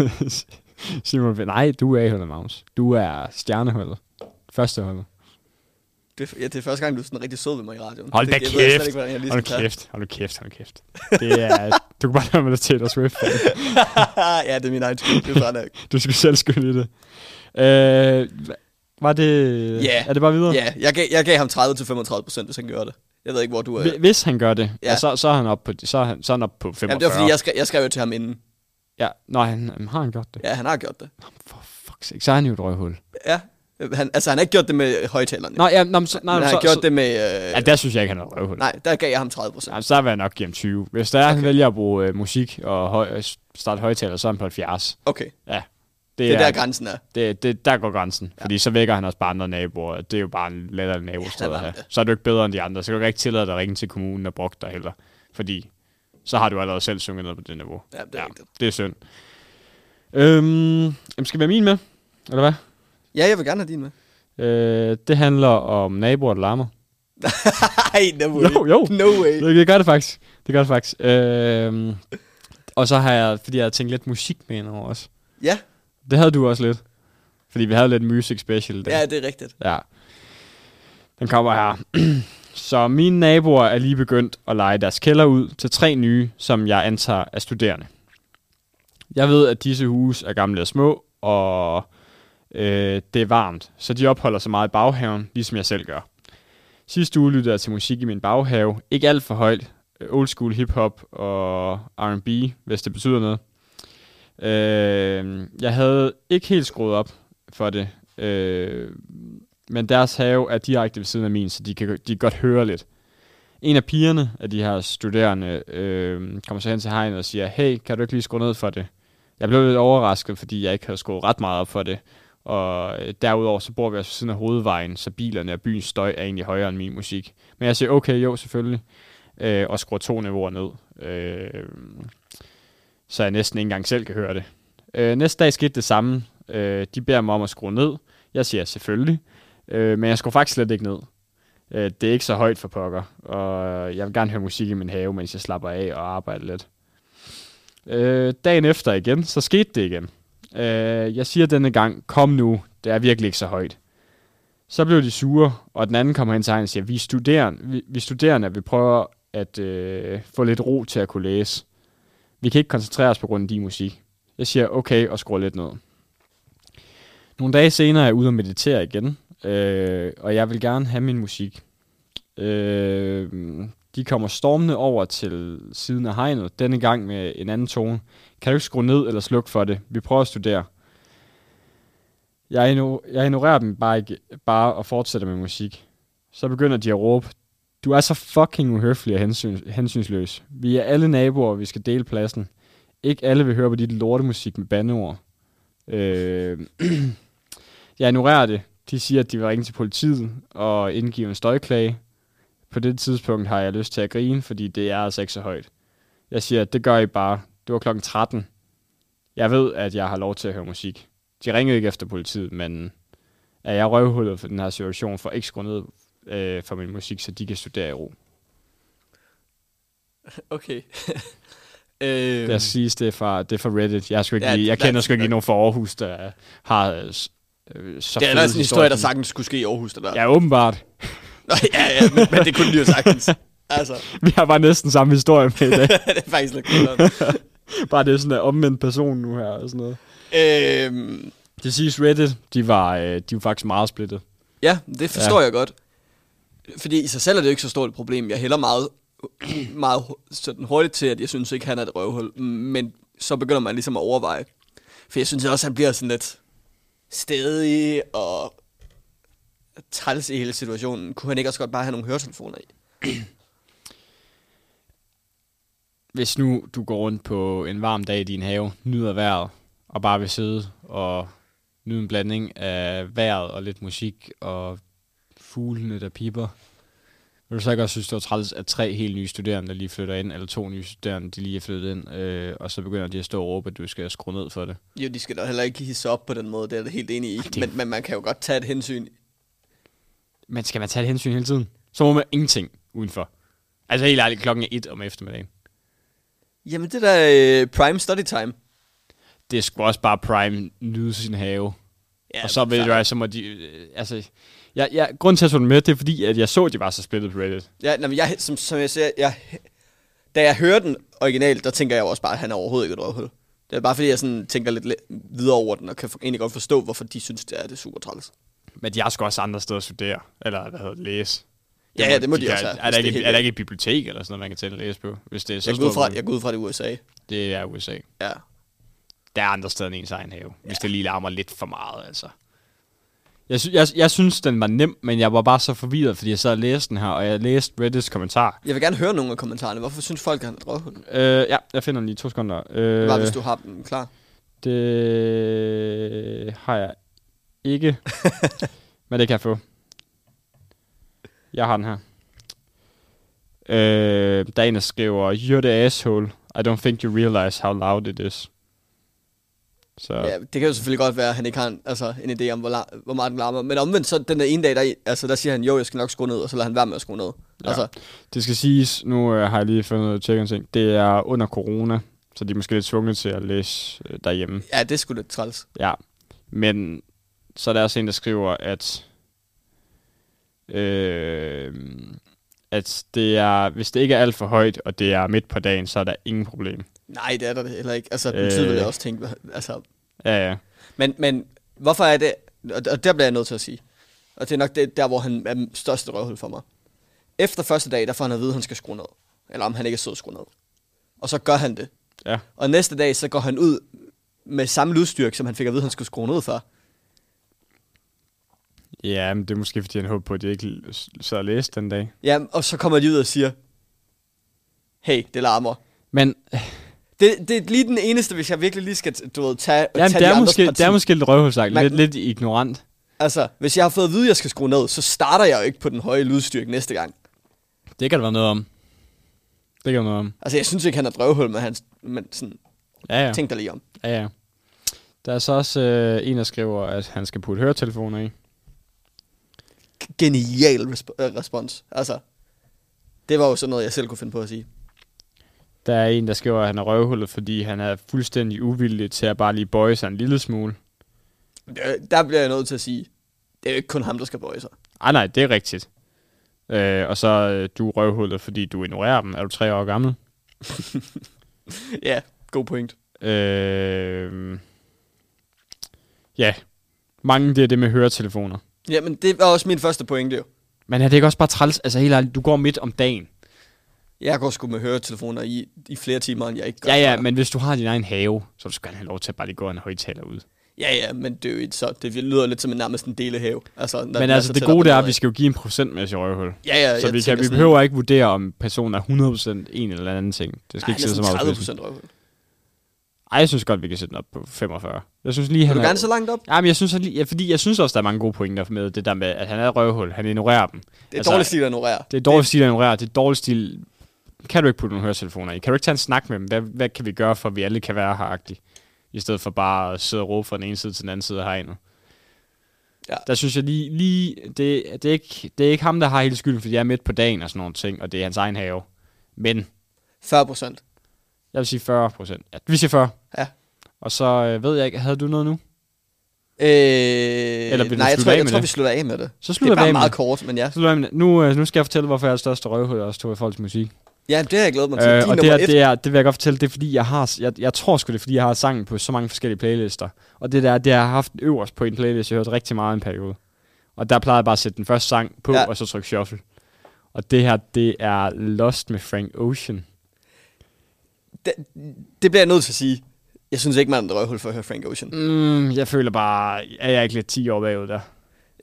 S8: Simon, nej, du er A-holdet, Magnus. Du er stjerneholdet. Første holdet.
S9: Det, ja, det er første gang, du er sådan rigtig sød ved mig i radioen.
S8: Hold da
S9: det, jeg ved slet
S8: kæft.
S9: ikke, hvordan jeg lige
S8: Hold nu
S9: skal tage-
S8: kæft, hold nu kæft, hold nu kæft. Det er, du kan bare lade mig til at Swift.
S9: ja, det er min egen skyld. Det er fair nok.
S8: Du skal selv skylde i det. Øh, hva- var det...
S9: Ja.
S8: Er det bare videre?
S9: Ja, jeg gav, jeg gav ham 30-35 procent, hvis han gjorde det. Jeg ved ikke, hvor du er.
S8: Hvi- Hvis han gør det,
S9: Ja.
S8: ja. så, så, er han op på, så, er han, så er han op på 45.
S9: Jamen, det var fordi, jeg skrev, jeg skrev jo til ham inden.
S8: Ja, nej, han, jamen, har han gjort det?
S9: Ja, han har gjort det.
S8: For fuck's sake, så er han jo et røghul.
S9: Ja. Han, altså, han har ikke gjort det med højtalerne.
S8: Nå, ja, nå, men så, nej,
S9: men
S8: men
S9: han
S8: så,
S9: har gjort
S8: så,
S9: det med... Øh,
S8: Ja, der synes jeg ikke, han er et røghul.
S9: Nej, der gav jeg ham 30 procent.
S8: Jamen, så vil jeg nok give ham 20. Hvis der er, okay. han vælger at bruge øh, musik og høj, starte højtaler, så er han på 70.
S9: Okay,
S8: Ja,
S9: det er der grænsen er.
S8: det, det, der går grænsen. Ja. Fordi så vækker han også bare andre naboer. og Det er jo bare en lettere
S9: lad
S8: nabostad
S9: være
S8: at have.
S9: med det.
S8: Så er du ikke bedre end de andre. Så kan du ikke tillade dig at ringe til kommunen og brokke dig heller. Fordi så har du allerede selv sunget ned på det niveau.
S9: Ja, det er rigtigt.
S8: det er synd. Øhm, jamen, skal vi have min med? Eller hvad?
S9: Ja, jeg vil gerne have din med.
S8: Øh, det handler om naboer, der larmer.
S9: Nej, no way.
S8: Jo, jo.
S9: No way.
S8: Det, det gør det faktisk. Det gør det faktisk. Øhm, og så har jeg, fordi jeg har tænkt lidt musik med ind over også.
S9: Ja,
S8: Det havde du også lidt. Fordi vi havde lidt music special i dag.
S9: ja, det er rigtigt.
S8: ja. Den kommer her. så mine naboer er lige begyndt at lege deres kælder ud til tre nye, som jeg antager er studerende. Jeg ved, at disse huse er gamle og små, og øh, det er varmt, så de opholder sig meget i baghaven, ligesom jeg selv gør. Sidste uge lyttede jeg til musik i min baghave, ikke alt for højt, øh, old school hip-hop og R&B, hvis det betyder noget. Øh, jeg havde ikke helt skruet op for det, øh, men deres have er direkte ved siden af min, så de kan, de kan godt høre lidt. En af pigerne af de her studerende øh, kommer så hen til hegnet og siger, hey, kan du ikke lige skrue ned for det? Jeg blev lidt overrasket, fordi jeg ikke havde skruet ret meget op for det. Og øh, derudover så bor vi altså ved siden af hovedvejen, så bilerne og byens støj er egentlig højere end min musik. Men jeg siger, okay, jo, selvfølgelig. Øh, og skruer to niveauer ned. Øh, så jeg næsten ikke engang selv kan høre det. Øh, næste dag skete det samme. Øh, de beder mig om at skrue ned. Jeg siger selvfølgelig. Øh, men jeg skruer faktisk slet ikke ned. Øh, det er ikke så højt for pokker, og jeg vil gerne høre musik i min have, mens jeg slapper af og arbejder lidt. Øh, dagen efter igen, så skete det igen. Øh, jeg siger denne gang, kom nu, det er virkelig ikke så højt. Så blev de sure, og den anden kommer hen til hegnet og siger, vi studerende, vi, vi studerende, vi prøver at øh, få lidt ro til at kunne læse. Vi kan ikke koncentrere os på grund af din musik. Jeg siger okay og skruer lidt ned. Nogle dage senere er jeg ude og meditere igen, øh, og jeg vil gerne have min musik. Øh, de kommer stormende over til siden af hegnet, denne gang med en anden tone. Kan du ikke skrue ned eller slukke for det? Vi prøver at studere. Jeg, igno- jeg ignorerer dem bare, ikke, bare og fortsætter med musik. Så begynder de at råbe, du er så fucking uhøflig og hensyn, hensynsløs. Vi er alle naboer, og vi skal dele pladsen. Ikke alle vil høre på dit lortemusik med bandeord. Øh, jeg ignorerer det. De siger, at de vil ringe til politiet og indgive en støjklage. På det tidspunkt har jeg lyst til at grine, fordi det er altså ikke så højt. Jeg siger, at det gør I bare. Det var klokken 13. Jeg ved, at jeg har lov til at høre musik. De ringede ikke efter politiet, men er jeg røvhullet for den her situation, for ikke skrue ned øh, for min musik, så de kan studere i ro.
S9: Okay. øh,
S8: Det siges, det er fra, det er fra Reddit. Jeg, sgu ikke
S9: Ja,
S8: ja, lige, jeg
S9: der-
S8: kender sgu ikke lige nogen fra Aarhus, der har øh, s- øh, så
S9: det er
S8: fede
S9: altså en historie, der
S8: historier.
S9: sagtens skulle ske i Aarhus, det der.
S8: Ja, åbenbart.
S9: Nå, ja, ja, men, men det kunne de jo sagtens. Altså,
S8: Vi har bare næsten samme historie med i dag.
S9: det er faktisk lidt cool.
S8: bare det er sådan en omvendt person nu her og sådan noget.
S9: øhm,
S8: Det siges Reddit, de var, øh, de var faktisk meget splittet.
S9: ja, det forstår ja. jeg godt. Fordi i sig selv er det jo ikke så stort et problem. Jeg hælder meget, meget hu- sådan hurtigt til, at jeg synes ikke, han er et røvhul. Men så begynder man ligesom at overveje. For jeg synes også, han bliver sådan lidt stedig og træls i hele situationen. Kunne han ikke også godt bare have nogle høretelefoner i?
S8: Hvis nu du går rundt på en varm dag i din have, nyder vejret, og bare vil sidde og nyde en blanding af vejret og lidt musik og fuglene, der piper, vil du så ikke også synes, det var træls, at tre helt nye studerende, der lige flytter ind, eller to nye studerende, de lige er flyttet ind, øh, og så begynder de at stå og råbe, at du skal skrue ned for det.
S9: Jo, de skal da heller ikke hisse op på den måde, det er jeg da helt enig i. Men, men man kan jo godt tage et hensyn.
S8: Men skal man tage et hensyn hele tiden? Så må man ingenting udenfor. Altså helt ærligt, klokken er et om eftermiddagen.
S9: Jamen, det der øh, prime study time.
S8: det er sgu også bare Prime nyde sin have. Ja, og så ved du, så må de... Øh, altså, jeg, jeg, grunden til, at jeg tog den med, det er fordi, at jeg så, at de var så splittet på Reddit.
S9: Ja, nej, men jeg, som, som jeg siger, jeg, da jeg hører den originalt, der tænker jeg jo også bare, at han er overhovedet ikke et røvhul. Det er bare fordi, jeg sådan tænker lidt le- videre over den, og kan for- egentlig godt forstå, hvorfor de synes, det er det er super træls.
S8: Men de har sgu også andre steder at studere, eller hvad hedder det, læse.
S9: Ja, ja, det må de
S8: kan-
S9: også have, hvis
S8: Er der,
S9: det er
S8: ikke,
S9: helt
S8: er der ikke et bibliotek eller sådan noget, man kan tænde og læse på, hvis det er så
S9: Jeg går ud
S8: stort?
S9: fra, jeg går ud fra det er USA.
S8: Det er USA.
S9: Ja.
S8: Der er andre steder end ens egen have, ja. hvis det lige larmer lidt for meget, altså. Jeg, sy- jeg, jeg synes, den var nem, men jeg var bare så forvirret, fordi jeg sad og læste den her, og jeg læste Reddits kommentar.
S9: Jeg vil gerne høre nogle af kommentarerne. Hvorfor synes folk, at han er et røvhul? Øh.
S8: Øh, ja, jeg finder den lige to sekunder. Øh,
S9: Bare hvis du har dem klar.
S8: Det har jeg ikke. men det kan jeg få. Jeg har den her. Øh, der er en, der skriver, You're the asshole. I don't think you realize how loud it is. Så
S9: Ja, det kan jo selvfølgelig godt være, at han ikke har en, altså, en idé om, hvor, la- hvor meget den larmer. Men omvendt, så den der ene dag, der, altså, der siger han, jo, jeg skal nok skrue ned, og så lader han være med at skrue ned. Ja.
S8: Ja.
S9: Altså,
S8: det skal siges, nu øh, har jeg lige fundet noget tjekket en ting. Det er under corona, så de er måske lidt tvunget til at læse øh, derhjemme.
S9: ja, det er sgu lidt træls.
S8: Ja, men så er der også en, der skriver, at, øh, at det er, hvis det ikke er alt for højt, og det er midt på dagen, så er der ingen problem.
S9: Nej, det er der det heller ikke. Altså, den tid vil jeg
S8: Øh.
S9: også tænke, hvad- altså,
S8: Ja, ja.
S9: Men, men hvorfor er det, og og der bliver jeg nødt til at sige, og det er nok det, der, hvor han er den største røvhul for mig. Efter første dag, der får han at vide, at han skal skrue ned. Eller om han ikke er sød at skrue ned. Og så gør han det.
S8: Ja.
S9: Og næste dag, så går han ud med samme lydstyrke, som han fik at vide, at han skulle skrue ned for.
S8: Ja, men det er måske, fordi han håber på, at de ikke l- sad og læste den dag.
S9: Ja, og så kommer de ud og siger, hey, det larmer.
S8: Men
S9: Det, det er lige den eneste, hvis jeg virkelig lige skal du ved, tage,
S8: Jamen,
S9: tage
S8: det,
S9: de
S8: er
S9: andres
S8: måske,
S9: parti.
S8: det er måske lidt røvhulsagt,
S9: Man-
S8: lidt, lidt ignorant.
S9: Altså, hvis jeg har fået at vide, at jeg skal skrue ned, så starter jeg jo ikke på den høje lydstyrke næste gang.
S8: Det kan der være noget om. Det kan der være noget om.
S9: Altså, jeg synes ikke, han er drøvhul, men, han, men sådan,
S8: Ja, ja.
S9: ja. tænk dig lige om.
S8: ja, ja. Der er så også øh, en, der skriver, at han skal putte høretelefoner i.
S9: Genial resp- øh, respons. Altså, det var jo sådan noget, jeg selv kunne finde på at sige.
S8: Der er en, der skriver, at han er røvhullet, fordi han er fuldstændig uvillig til at bare lige bøje sig en lille smule.
S9: Det- Øh, Der bliver jeg nødt til at sige, det er jo ikke kun ham, der skal bøje sig.
S8: Ej Ah, nej, det er rigtigt. Øh, og så øh, du er røvhullet, fordi du ignorerer dem. Er du tre år gammel?
S9: ja, god point.
S8: Øh, ja, mange det er det med høretelefoner.
S9: Jamen, det var også min første pointe jo.
S8: Men er det ikke også bare træls? Altså helt ærligt, du går midt om dagen.
S9: Jeg går sgu med høretelefoner i, i flere timer, end jeg ikke gør.
S8: Ja,
S9: før.
S8: ja, men hvis du har din egen have, så skal han have lov til at bare lige gå en højtaler ud.
S9: Ja, ja, men det er jo ikke så. Det lyder lidt som en nærmest en delehave. Altså, når
S8: Men
S9: den er
S8: altså,
S9: så
S8: det
S9: tæt op
S8: gode det er,
S9: og
S8: at vi
S9: nedad.
S8: skal jo give en procentmæssig røvhul.
S9: Ja, ja,
S8: så
S9: jeg
S8: vi, kan,
S9: tænker
S8: vi
S9: sådan-
S8: behøver ikke vurdere, om personen er 100% en eller anden ting. Det skal
S9: Ej,
S8: ikke sidde så
S9: næsten
S8: meget
S9: 30
S8: på pladsen.
S9: procent røvhul.
S8: Ej, jeg synes godt, vi kan sætte den op på 45. Jeg synes lige,
S9: Vil
S8: han
S9: du
S8: er...
S9: gerne så langt op?
S8: Ja, men jeg synes, at lige, ja, fordi jeg synes også, der er mange gode pointer med det der med, at han er et røvhul, han ignorerer dem.
S9: Det er altså, dårligt stil at ignorere.
S8: Det er dårlig stil at ignorere, det er dårlig stil... Kan du ikke putte nogle høretelefoner i? Kan du ikke tage en snak med dem? Hvad, hvad kan vi gøre, for at vi alle kan være her -agtigt? I stedet for bare at sidde og råbe fra den ene side til den anden side af hegnet.
S9: Ja.
S8: Der synes jeg lige, lige det, det, er ikke, det er ikke ham, der har hele skylden, fordi jeg er midt på dagen og sådan nogle ting, og det er hans egen have. Men
S9: 40 procent.
S8: jeg vil sige 40 procent. Ja, vi siger 40.
S9: Ja.
S8: Og så øh, ved jeg ikke, havde du noget nu?
S9: Øh,
S8: Eller vil du
S9: nej, jeg
S8: slutte
S9: tror,
S8: af
S9: jeg,
S8: med
S9: tror
S8: det?
S9: vi slutter af med det.
S8: Så
S9: det
S8: slutter
S9: er
S8: vi af
S9: bare
S8: med
S9: meget
S8: det.
S9: kort, men ja.
S8: Så lad mig- Nu, øh, nu skal jeg fortælle, hvorfor jeg er det største røvhul, jeg også tog i folks musik.
S9: Ja, det har jeg glædet mig til.
S8: Øh,
S9: Din
S8: og det,
S9: nummer
S8: er,
S9: et.
S8: det, er, det vil jeg godt fortælle, det er fordi, jeg har, jeg, jeg tror sgu det, er, fordi jeg har sangen på så mange forskellige playlister. Og det der, det har jeg haft øverst på en playlist, jeg hørte rigtig meget i en periode. Og der plejede jeg bare at sætte den første sang på,
S9: Ja.
S8: ja. og så trykke shuffle. Og det her, det er Lost med Frank Ocean.
S9: det, det bliver jeg nødt til at sige. Jeg synes ikke, man er et røvhul for at høre Frank Ocean.
S8: Mm, jeg føler bare, er jeg ikke lidt 10 år bagud der?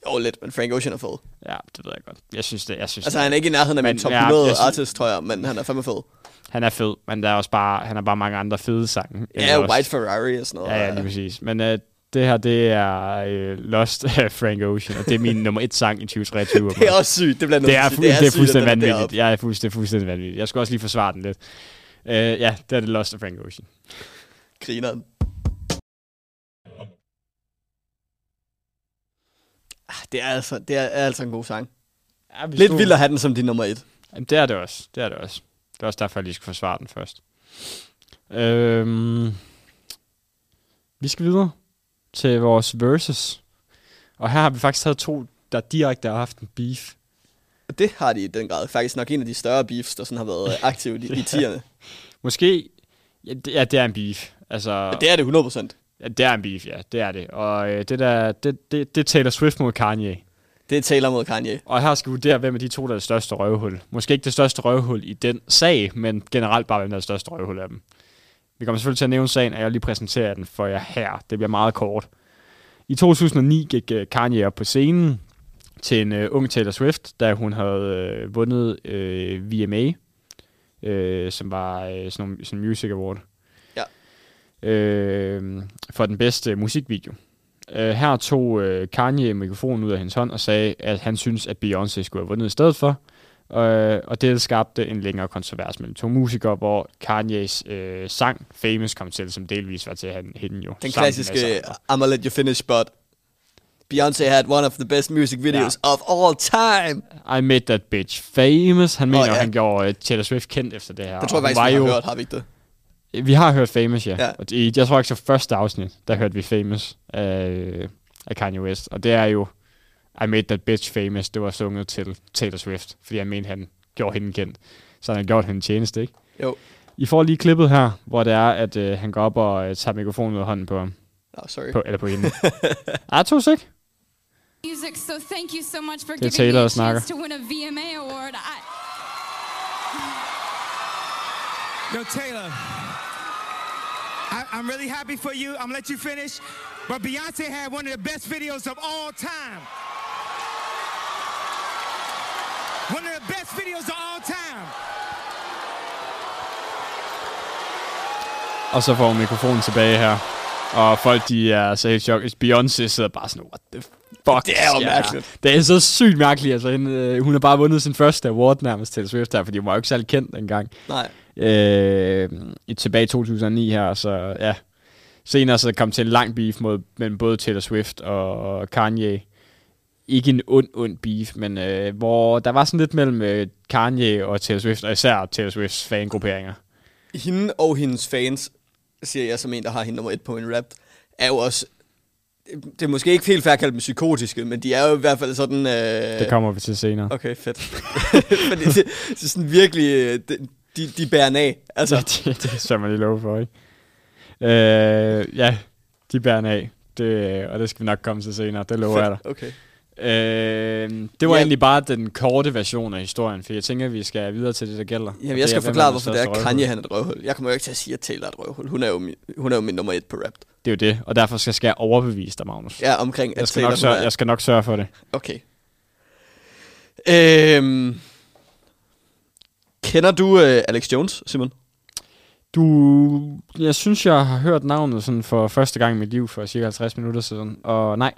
S9: Jo, lidt, men Frank Ocean er fed.
S8: Ja, det ved jeg godt. Jeg synes det, jeg synes
S9: Altså,
S8: det.
S9: han er ikke i nærheden af min
S8: Men,
S9: top
S8: ja,
S9: 100
S8: jeg synes-
S9: artist, tror jeg, men han er fandme fed.
S8: han er fed, men der er også bare, han har bare mange andre fede sange. end
S9: Ja,
S8: Lost.
S9: White Ferrari og sådan noget.
S8: Ja, ja, lige præcis. Men øh, det her, det er øh, Lost af Frank Ocean, og det er min nummer et sang i 2023.
S9: det er også sygt, det bliver jeg nødt
S8: det
S9: til
S8: er,
S9: at
S8: fu-
S9: sige.
S8: det er
S9: sygt, at den
S8: fuldstændig vanvittigt.
S9: deroppe.
S8: Jeg er fuldstændig, fuldstændig vanvittigt. Jeg skal også lige forsvare den lidt. Øh, ja, det er det Lost af Frank Ocean.
S9: Grineren. Ah, Det er, altså, det er altså en god sang.
S8: Ja,
S9: Lidt vildt at have den som din nummer et.
S8: Jamen, det er det også. Det er det også. Det er også derfor, jeg lige skal forsvare den først. Øhm, vi skal videre til vores verses. Og her har vi faktisk taget to, der direkte har haft en beef.
S9: Og det har de i den grad. Faktisk nok en af de større beefs, der sådan har været øh, aktiv i, i tierne.
S8: Måske... Ja, det, ja, det er en beef. Altså,
S9: Og det er det 100%.
S8: Ja, det er en beef, ja. Det er det. Og øh, det, der, det, det, det er Taylor Swift mod Kanye.
S9: Det er Taylor mod Kanye.
S8: Og her skal vi vurdere, hvem af de to, der er det største røvhul. Måske ikke det største røvhul i den sag, men generelt bare, hvem der er det største røvhul af dem. Vi kommer selvfølgelig til at nævne sagen, og jeg vil lige præsenterer den for jer her. Det bliver meget kort. I 2009 gik øh, Kanye op på scenen til en øh, ung Taylor Swift, da hun havde øh, vundet øh, VMA, øh, som var øh, sådan nogle sådan en music award. Øh, for den bedste musikvideo. Øh, her tog øh, Kanye mikrofonen ud af hendes hånd og sagde, at han synes, at Beyoncé skulle have vundet i stedet for. Øh, og det skabte en længere kontrovers mellem to musikere, hvor Kanyes øh, sang Famous kom til, som delvis var til han, hende jo. sammen
S9: Den
S8: med
S9: klassiske,
S8: sig andre.
S9: I'ma let you finish, but Beyoncé had one of the best music videos of all time.
S8: I made that bitch famous. Han mener, oh,
S9: ja.
S8: ja. han gjorde øh, Taylor Swift kendt efter det her.
S9: Det tror jeg
S8: Og
S9: faktisk, vi
S8: hun
S9: har hørt, har vi ikke det?
S8: Vi har hørt Famous, ja.
S9: Ja.
S8: ja. Og det, jeg tror ikke, så første afsnit, der hørte vi Famous af, af Kanye West. Og det er jo, I made that bitch famous, det var sunget til Taylor Swift, fordi han mente, han gjorde hende kendt. Så han har gjort hende en tjeneste, ikke?
S9: Jo.
S8: I får lige klippet her, hvor det er, at øh, han går op og øh, tager mikrofonen ud af hånden på ham.
S9: Nå, sorry.
S8: På, eller på hende. Ej, to sek.
S10: music, so thank you so much for
S8: Det er
S10: giving me
S8: Taylor, der
S10: a
S8: snakker.
S10: chance to win a VMA award. I,
S11: Yo, Taylor, I, I'm really happy for you. I'm gonna let you finish. But Beyonce had one of the best videos of all time. One of the best videos of all time.
S8: Og så får hun mikrofonen tilbage her. Og folk, de er seriøst chok. Beyoncé sidder bare sådan, what the fuck?
S9: Det er jo
S8: sker der?"
S9: mærkeligt.
S8: Det er så sygt mærkeligt. Altså, hende, øh, hun har bare vundet sin første award nærmest til Swift her, fordi hun var jo ikke særlig kendt dengang.
S9: Nej.
S8: Øh, i- tilbage i 2009 her, så ja. Senere så kom til en lang beef mod, mellem både Taylor Swift og Kanye. Ikke en ond, ond beef, men øh, hvor der var sådan lidt mellem øh, Kanye og Taylor Swift, og især Taylor Swifts fangrupperinger.
S9: Hende og hendes fans, siger jeg som en, der har hende nummer et på en rap, er jo også... Det er måske ikke helt fair at kalde dem psykotiske, men de er jo i hvert fald sådan... Øh,
S8: Det kommer vi til senere.
S9: Okay, fedt. Fordi det, det er sådan virkelig... øh, det- De, de bærer den af. Altså,
S8: Ja, det, det skal man lige love for, ikke? Øh, ja, de bærer en af. Det, og det skal vi nok komme til senere, det lover jeg dig.
S9: fedt. Okay.
S8: Øh, det
S9: Ja.
S8: var ja. egentlig bare den korte version af historien, for jeg tænker, at vi skal videre til det, der gælder. Og
S9: Jamen,
S8: det
S9: jeg skal
S8: er, hvem
S9: forklare,
S8: er
S9: hvorfor det
S8: største
S9: er,
S8: røvhul?
S9: Kanye han er et røvhul. Jeg kommer jo ikke til at sige, at Taylor er et røvhul. Hun er jo min, hun er jo min nummer et på rap.
S8: Det er jo det, og derfor skal, skal jeg overbevise dig, Magnus.
S9: Ja, omkring, at
S8: jeg, skal
S9: Taylor
S8: nok sørge,
S9: hun er...
S8: jeg skal nok sørge for det.
S9: Okay. Øhm, kender du øh, Alex Jones, Simon?
S8: Du, jeg synes, jeg har hørt navnet sådan for første gang i mit liv for cirka 50 minutter siden, og nej.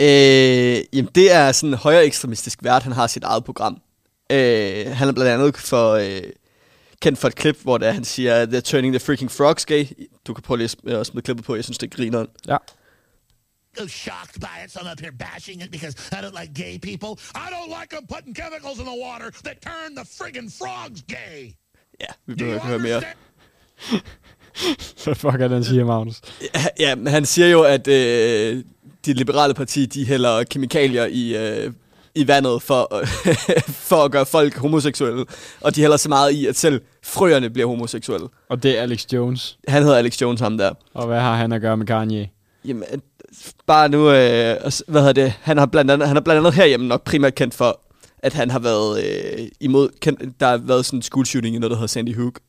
S9: Øh, jamen, det er sådan en højere ekstremistisk vært. Han har sit eget program. Øh, han er blandt andet for, øh, kendt for et klip, hvor det er, han siger, They're turning the freaking frogs gay. Du kan prøve lige at sm- at smide klippet på. Jeg synes, det griner.
S8: Ja.
S11: So shocked by it, so I'm up here bashing it because I don't like gay people. I don't like them putting chemicals in the water that turn the friggin' frogs gay.
S9: Ja, vi behøver ikke høre mere.
S8: Hvad fuck er det, han siger, Magnus?
S9: Ja, Ja, men han siger jo, at øh, det liberale parti, de hælder kemikalier i, øh, i vandet for, for at gøre folk homoseksuelle. Og de hælder så meget i, at selv frøerne bliver homoseksuelle.
S8: Og det er Alex Jones,
S9: Han hedder Alex Jones, ham der.
S8: og hvad har han at gøre med Kanye?
S9: Jamen, øh, bare nu, øh, og s- hvad hedder det, han har blandt andet, han er blandt andet herhjemme nok primært kendt for, at han har været øh, imod, kendt, der har været sådan en school shooting i noget, der hedder Sandy Hook,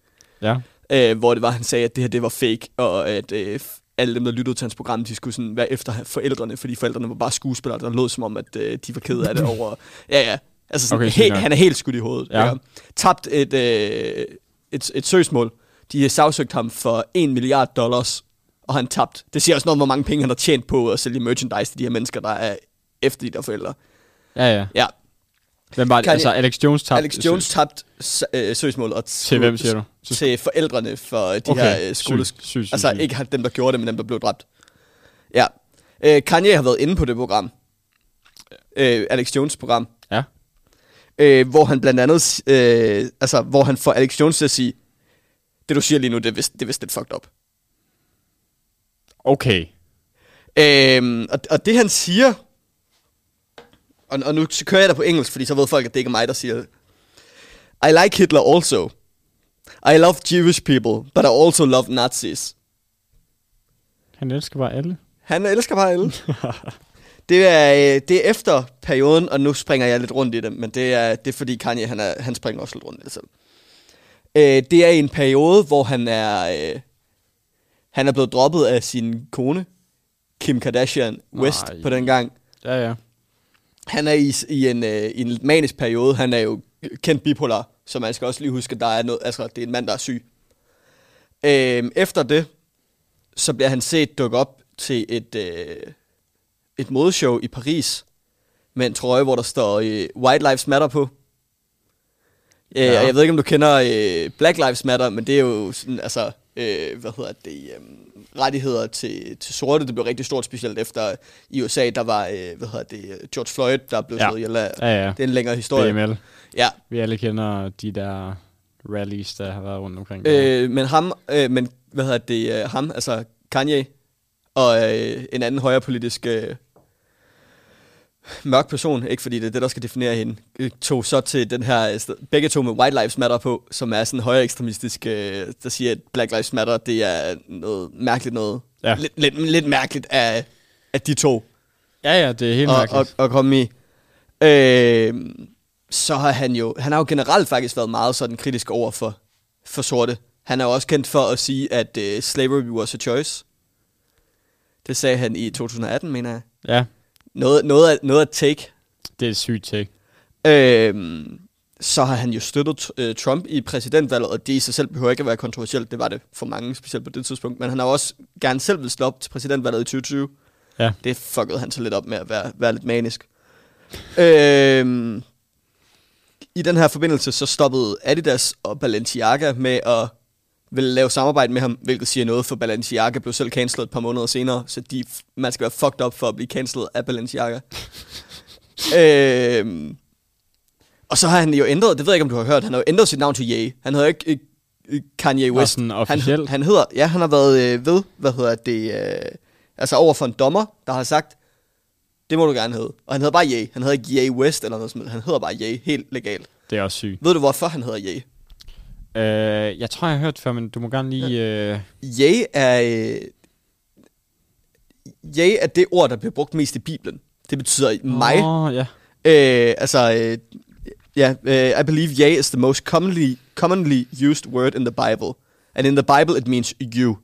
S8: Ja.
S9: øh, hvor det var, han sagde, at det her, det var fake, og at øh, f- alle dem, der lyttede til hans program, de skulle sådan være efter forældrene, fordi forældrene var bare skuespillere, der lød som om, at øh, de var kede af det over, ja ja, altså sådan,
S8: Okay,
S9: okay,
S8: fint
S9: helt,
S8: nok.
S9: han er helt skudt i hovedet.
S8: Ja.
S9: Tabt et, øh, et, et søgsmål. De har sagsøgt ham for 1 milliard dollars, og han tabt. Det siger også noget om, hvor mange penge han har tjent på at sælge merchandise til de her mennesker, der er efter de der forældre.
S8: Ja, ja.
S9: Ja,
S8: Hvem var det?
S9: Kanye-
S8: Altså, Alex Jones tabte.
S9: Alex Jones tabt s- øh, søgsmålet. Og
S8: Til hvem, siger du? Til-
S9: Til forældrene for de
S8: Okay,
S9: her øh,
S8: sygt,
S9: skole...
S8: sygt, sygt,
S9: altså
S8: sygt.
S9: ikke dem, der gjorde det, men dem, der blev dræbt. Ja. Øh, Kanye har været inde på det program. Øh, Alex Jones program.
S8: Ja.
S9: øh, hvor han blandt andet, øh, altså, hvor han får Alex Jones til at sige, det du siger lige nu, det er vist, det er vist lidt fucked up.
S8: Okay.
S9: Øhm, og, og det han siger, og, og nu kører jeg der på engelsk, fordi så ved folk, at det ikke er mig, der siger det. I like Hitler also. I love Jewish people, but I also love Nazis.
S8: Han elsker bare alle.
S9: Han elsker bare alle. det, er, øh, det er efter perioden, og nu springer jeg lidt rundt i det, men det er, det er fordi Kanye, han, er, han springer også lidt rundt i det selv. Øh, det er en periode, hvor han er, øh, han er blevet droppet af sin kone, Kim Kardashian West,
S8: Nej.
S9: på den gang.
S8: Ja, ja.
S9: Han er i, i, en, øh, i en manisk periode. Han er jo kendt bipolar, så man skal også lige huske, at der er noget, altså, det er en mand, der er syg. Øhm, efter det, så bliver han set dukke op til et, øh, et modeshow i Paris med en trøje, hvor der står øh, White Lives Matter på. Øh,
S8: Ja.
S9: ja. Og jeg ved ikke, om du kender øh, Black Lives Matter, men det er jo sådan, altså, øh, hvad hedder det, øh, rettigheder til, til sorte. Det blev rigtig stort, specielt efter i USA, der var, øh, hvad hedder det, øh, George Floyd, der blev
S8: Ja.
S9: slået ihjel af.
S8: Ja, ja.
S9: Det er en længere historie.
S8: BML.
S9: Ja,
S8: Vi alle kender de der rallies, der har været rundt omkring.
S9: øh, men ham, øh, men hvad hedder det, øh, ham, altså Kanye, og øh, en anden højre politisk øh, mørk person, ikke fordi det er det, der skal definere hende, øh, tog så til den her, øh, sted- begge to med White Lives Matter på, som er sådan højere ekstremistisk, øh, der siger, at Black Lives Matter, det er noget mærkeligt noget.
S8: Ja.
S9: Lidt, lidt, lidt mærkeligt af, af de to.
S8: Ja, ja, det er helt
S9: og, og,
S8: mærkeligt.
S9: og komme i. Øh, så har han jo, han har jo generelt faktisk været meget sådan kritisk over for, for sorte. Han er jo også kendt for at sige, at øh, slavery was a choice. Det sagde han i 2018, mener jeg.
S8: Ja,
S9: Noget, noget, af- noget at take.
S8: det er et sygt take.
S9: Øh, så har han jo støttet øh, Trump i præsidentvalget, og det i sig selv behøver ikke at være kontroversielt. Det var det for mange, specielt på det tidspunkt. Men han har jo også gerne selv vil slå op til præsidentvalget i 2020
S8: Ja.
S9: det fuckede han så lidt op med at være, være lidt manisk. øhm, I den her forbindelse, så stoppede Adidas og Balenciaga med at ville lave samarbejde med ham, hvilket siger noget, for Balenciaga blev selv cancelled et par måneder senere, så de, man skal være fucked up for at blive cancelled af Balenciaga. øhm, og så har han jo ændret, det ved jeg ikke, om du har hørt, han har jo ændret sit navn til Ye. Han hedder ikke øh, øh, Kanye
S8: Nå,
S9: West.
S8: sådan
S9: han,
S8: officielt.
S9: han hedder, ja, han har været øh, ved, hvad hedder det, øh, altså over for en dommer, der har sagt, det må du gerne hedde. Og han hedder bare Ye. Han hedder ikke Ye West eller noget som helst. Han hedder bare Ye, helt legalt.
S8: Det er også sygt.
S9: Ved du, hvorfor han hedder Ye?
S8: Øh, jeg tror, jeg har hørt før, men du må gerne lige... Øh,
S9: Ye er... Øh... Ye er det ord, der bliver brugt mest i Bibelen. Det betyder mig.
S8: Åh, ja.
S9: Øh, altså, øh, ja, øh, I believe yea is the most commonly, commonly used word in the Bible. And in the Bible, it means you.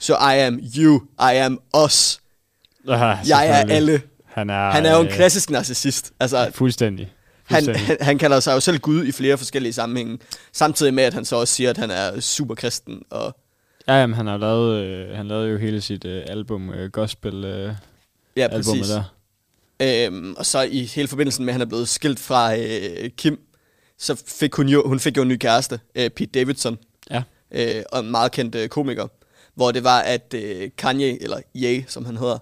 S9: So I am you, I am us.
S8: Ah,
S9: Jeg er
S8: selvfølgelig.
S9: alle.
S8: Han er,
S9: Han er jo en
S8: øh,
S9: klassisk narcissist. Altså,
S8: Fuldstændig.
S9: han,
S8: fuldstændig.
S9: han, han kalder sig jo selv Gud i flere forskellige sammenhænge. Samtidig med, at han så også siger, at han er superkristen. Og
S8: Ja, jamen, han har lavet, øh, han lavede jo hele sit øh, album, øh, gospel øh,
S9: ja,
S8: albumet
S9: præcis.
S8: der.
S9: Øhm, og så i hele forbindelsen med, at han er blevet skilt fra øh, Kim, så fik hun jo, hun fik jo en ny kæreste, øh, Pete Davidson,
S8: Ja.
S9: øh, og en meget kendt øh, komiker, hvor det var, at øh, Kanye, eller Ye, som han hedder,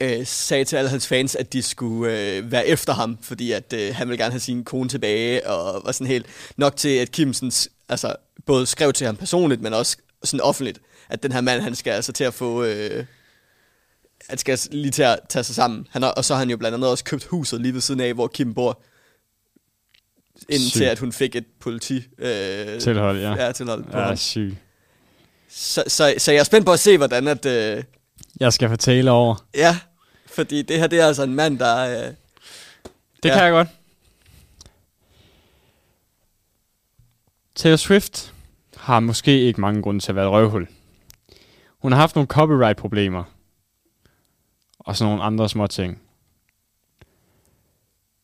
S9: øh, sagde til alle hans fans, at de skulle øh, være efter ham, fordi at øh, han ville gerne have sin kone tilbage, og var sådan helt nok til, at Kim sådan, s- altså, både skrev til ham personligt, men også sådan offentligt, at den her mand, han skal altså til at få... Øh, han skal altså lige til at tage sig sammen. Han har, og så har han jo blandt andet også købt huset lige ved siden af, hvor Kim bor. Indtil
S8: Sygt.
S9: at hun fik et politi... Øh,
S8: Tilhold, ja.
S9: Ja, tilhold på ja.
S8: Ja,
S9: ham.
S8: syg.
S9: Så, så, så jeg er spændt på at se, hvordan at... Øh,
S8: Jeg skal fortælle over.
S9: ja, fordi det her, det er altså en mand, der... Øh,
S8: Det
S9: Ja.
S8: ja. kan jeg godt. Taylor Swift har måske ikke mange grunde til at være et røvhul. Hun har haft nogle copyright-problemer. Og sådan nogle andre små ting.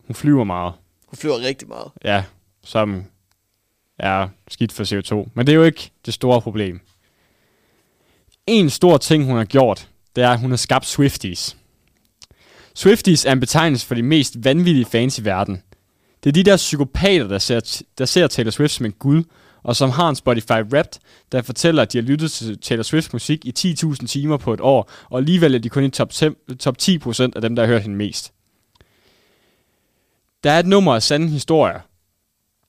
S8: Hun flyver meget.
S9: hun flyver rigtig meget.
S8: Ja, som er skidt for CO2. Men det er jo ikke det store problem. En stor ting, hun har gjort, det er, at hun har skabt Swifties. Swifties er en betegnelse for de mest vanvittige fans i verden. Det er de der psykopater, der ser, der ser Taylor Swift som en gud, og som har en Spotify Wrapped, der fortæller, at de har lyttet til Taylor Swift musik i 10.000 timer på et år, og alligevel er de kun i top, 10, top 10% af dem, der har hørt hende mest. Der er et nummer af sande historier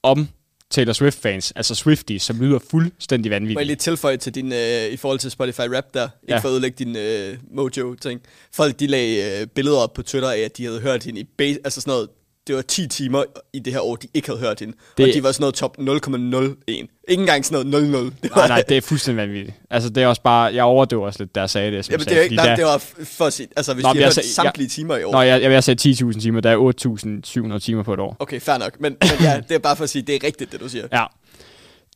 S8: om Taylor Swift-fans, altså Swifties, som lyder fuldstændig
S9: Må jeg lige
S8: vanvittigt.
S9: tilføje til din, øh, i forhold til Spotify Rap der, ikke
S8: Ja.
S9: for at ødelægge din øh, mojo-ting. Folk, de lagde øh, billeder op på Twitter af, at de havde hørt hende i base, altså sådan noget, det var 10 timer i det her år, de ikke havde hørt hende. Det...
S8: Det-
S9: Og de var sådan noget top 0,01. Ikke engang sådan noget 00. Det var,
S8: Nej, nej, det er fuldstændig vanvittigt. Altså, det er også bare, jeg overdøver også lidt, der sagde det, som
S9: Jamen, det, er
S8: jeg sagde.
S9: jo ikke,
S8: fordi
S9: nej, det
S8: der-
S9: var f- for at sige, altså hvis
S8: Nå,
S9: Nå, de
S8: men
S9: har
S8: jeg
S9: hørt
S8: sagde-
S9: samtlige
S8: jeg-
S9: timer i år.
S8: Nå, jeg, jeg, jeg sagde 10.000 timer, der er 8.700 timer på et år.
S9: Okay, fair nok, men, men ja, det er bare for at sige, det er rigtigt, det du siger.
S8: Ja.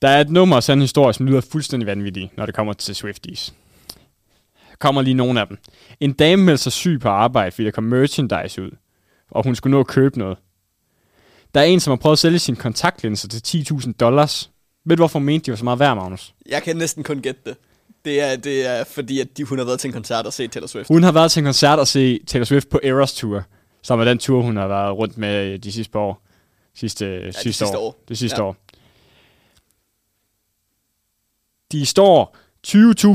S8: Der er et nummer af sande historier, som lyder fuldstændig vanvittige, når det kommer til Swifties. Der kommer lige nogle af dem. En dame meldte sig syg på arbejde, fordi der kom merchandise ud, og hun skulle nå at købe noget. Der er en, som har prøvet at sælge sine kontaktlinser til 10.000 dollars. Ved du, hvorfor hun mente de var så meget værd, Magnus?
S9: Jeg kan næsten kun gætte det. Det er, det er fordi, at de, hun har været til en koncert og set Taylor Swift.
S8: Hun har været til en koncert og se Taylor Swift på Eras Tour, som er den tur, hun har været rundt med øh, de sidste par år. Sidste, ja, sidste,
S9: sidste
S8: år.
S9: år.
S8: Det sidste
S9: Ja.
S8: ja. år. De står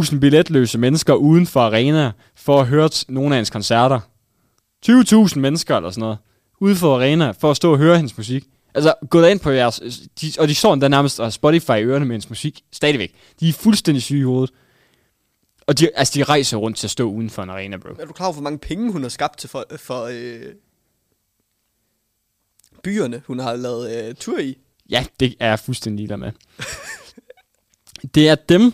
S8: 20.000 billetløse mennesker uden for arena for at høre t- nogle af hendes koncerter. 20.000 mennesker eller sådan noget. Ude for arena for at stå og høre hendes musik. Altså, gå derind på jeres... De, og de står endda nærmest og har Spotify i ørerne med hendes musik. Stadigvæk. De er fuldstændig syge i hovedet. Og de, altså, de rejser rundt til at stå uden for en arena, bro.
S9: Er du klar over, hvor mange penge hun har skabt til for, for øh, byerne, hun har lavet øh, tur i.
S8: Ja, det er jeg fuldstændig ligeglad med. det er dem,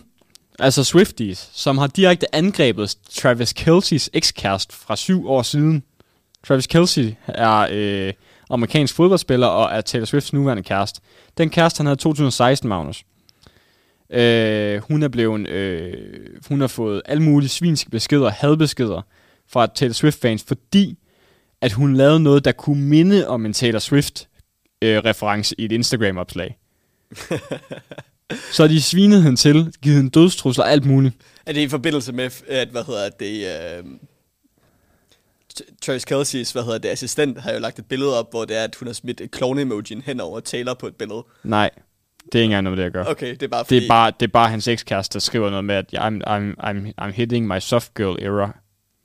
S8: altså Swifties, som har direkte angrebet Travis Kelce's ekskæreste fra syv år siden. Travis Kelce er øh, amerikansk fodboldspiller og er Taylor Swifts nuværende kæreste. Den kæreste, han havde i 2016, Magnus. Øh, hun er blevet, øh, hun har fået alle mulige svinske beskeder, hadbeskeder fra Taylor Swift-fans, fordi at hun lavede noget, der kunne minde om en Taylor Swift-reference i et Instagram-opslag. så har de svinet hende til, givet hende dødstrusler og alt muligt.
S9: Er det i forbindelse med, at, hvad hedder det, øh, T- Travis Kelce's, hvad hedder det, assistent, har jo lagt et billede op, hvor det er, at hun har smidt et clone-emojien hen over Taylor på et billede.
S8: Nej, det er ikke engang noget, med det jeg gør.
S9: Okay, det er bare
S8: Det
S9: fordi-
S8: er bare, det er bare hans ekskæreste, der skriver noget med, at I'm, I'm, I'm, I'm hitting my soft girl error.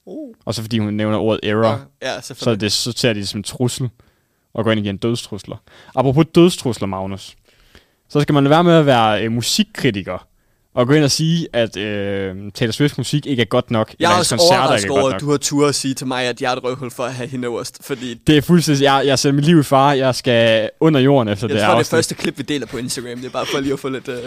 S9: Uh.
S8: Og så fordi hun nævner ordet error,
S9: Ja, ja,
S8: så, er
S9: selvfølgelig.
S8: det, så ser de det som en trussel, og går ind igen dødstrusler. Apropos dødstrusler, Magnus, så skal man lade være med at være øh, musikkritiker, og gå ind og sige, at øh, Taylor Swift's musik ikke er godt nok,
S9: Jeg er
S8: hendes
S9: også
S8: koncerter
S9: overrasket
S8: ikke er
S9: over,
S8: godt
S9: at
S8: nok.
S9: du har tur at sige til mig, at jeg er et røvhul for at have hende øverst, fordi
S8: Det er fuldstændig, jeg, jeg sætter mit liv i fare, jeg skal under jorden efter
S9: jeg
S8: det
S9: tror,
S8: her
S9: det
S8: afsnit.
S9: første klip, vi deler på Instagram, det er bare for lige at få lidt... Øh...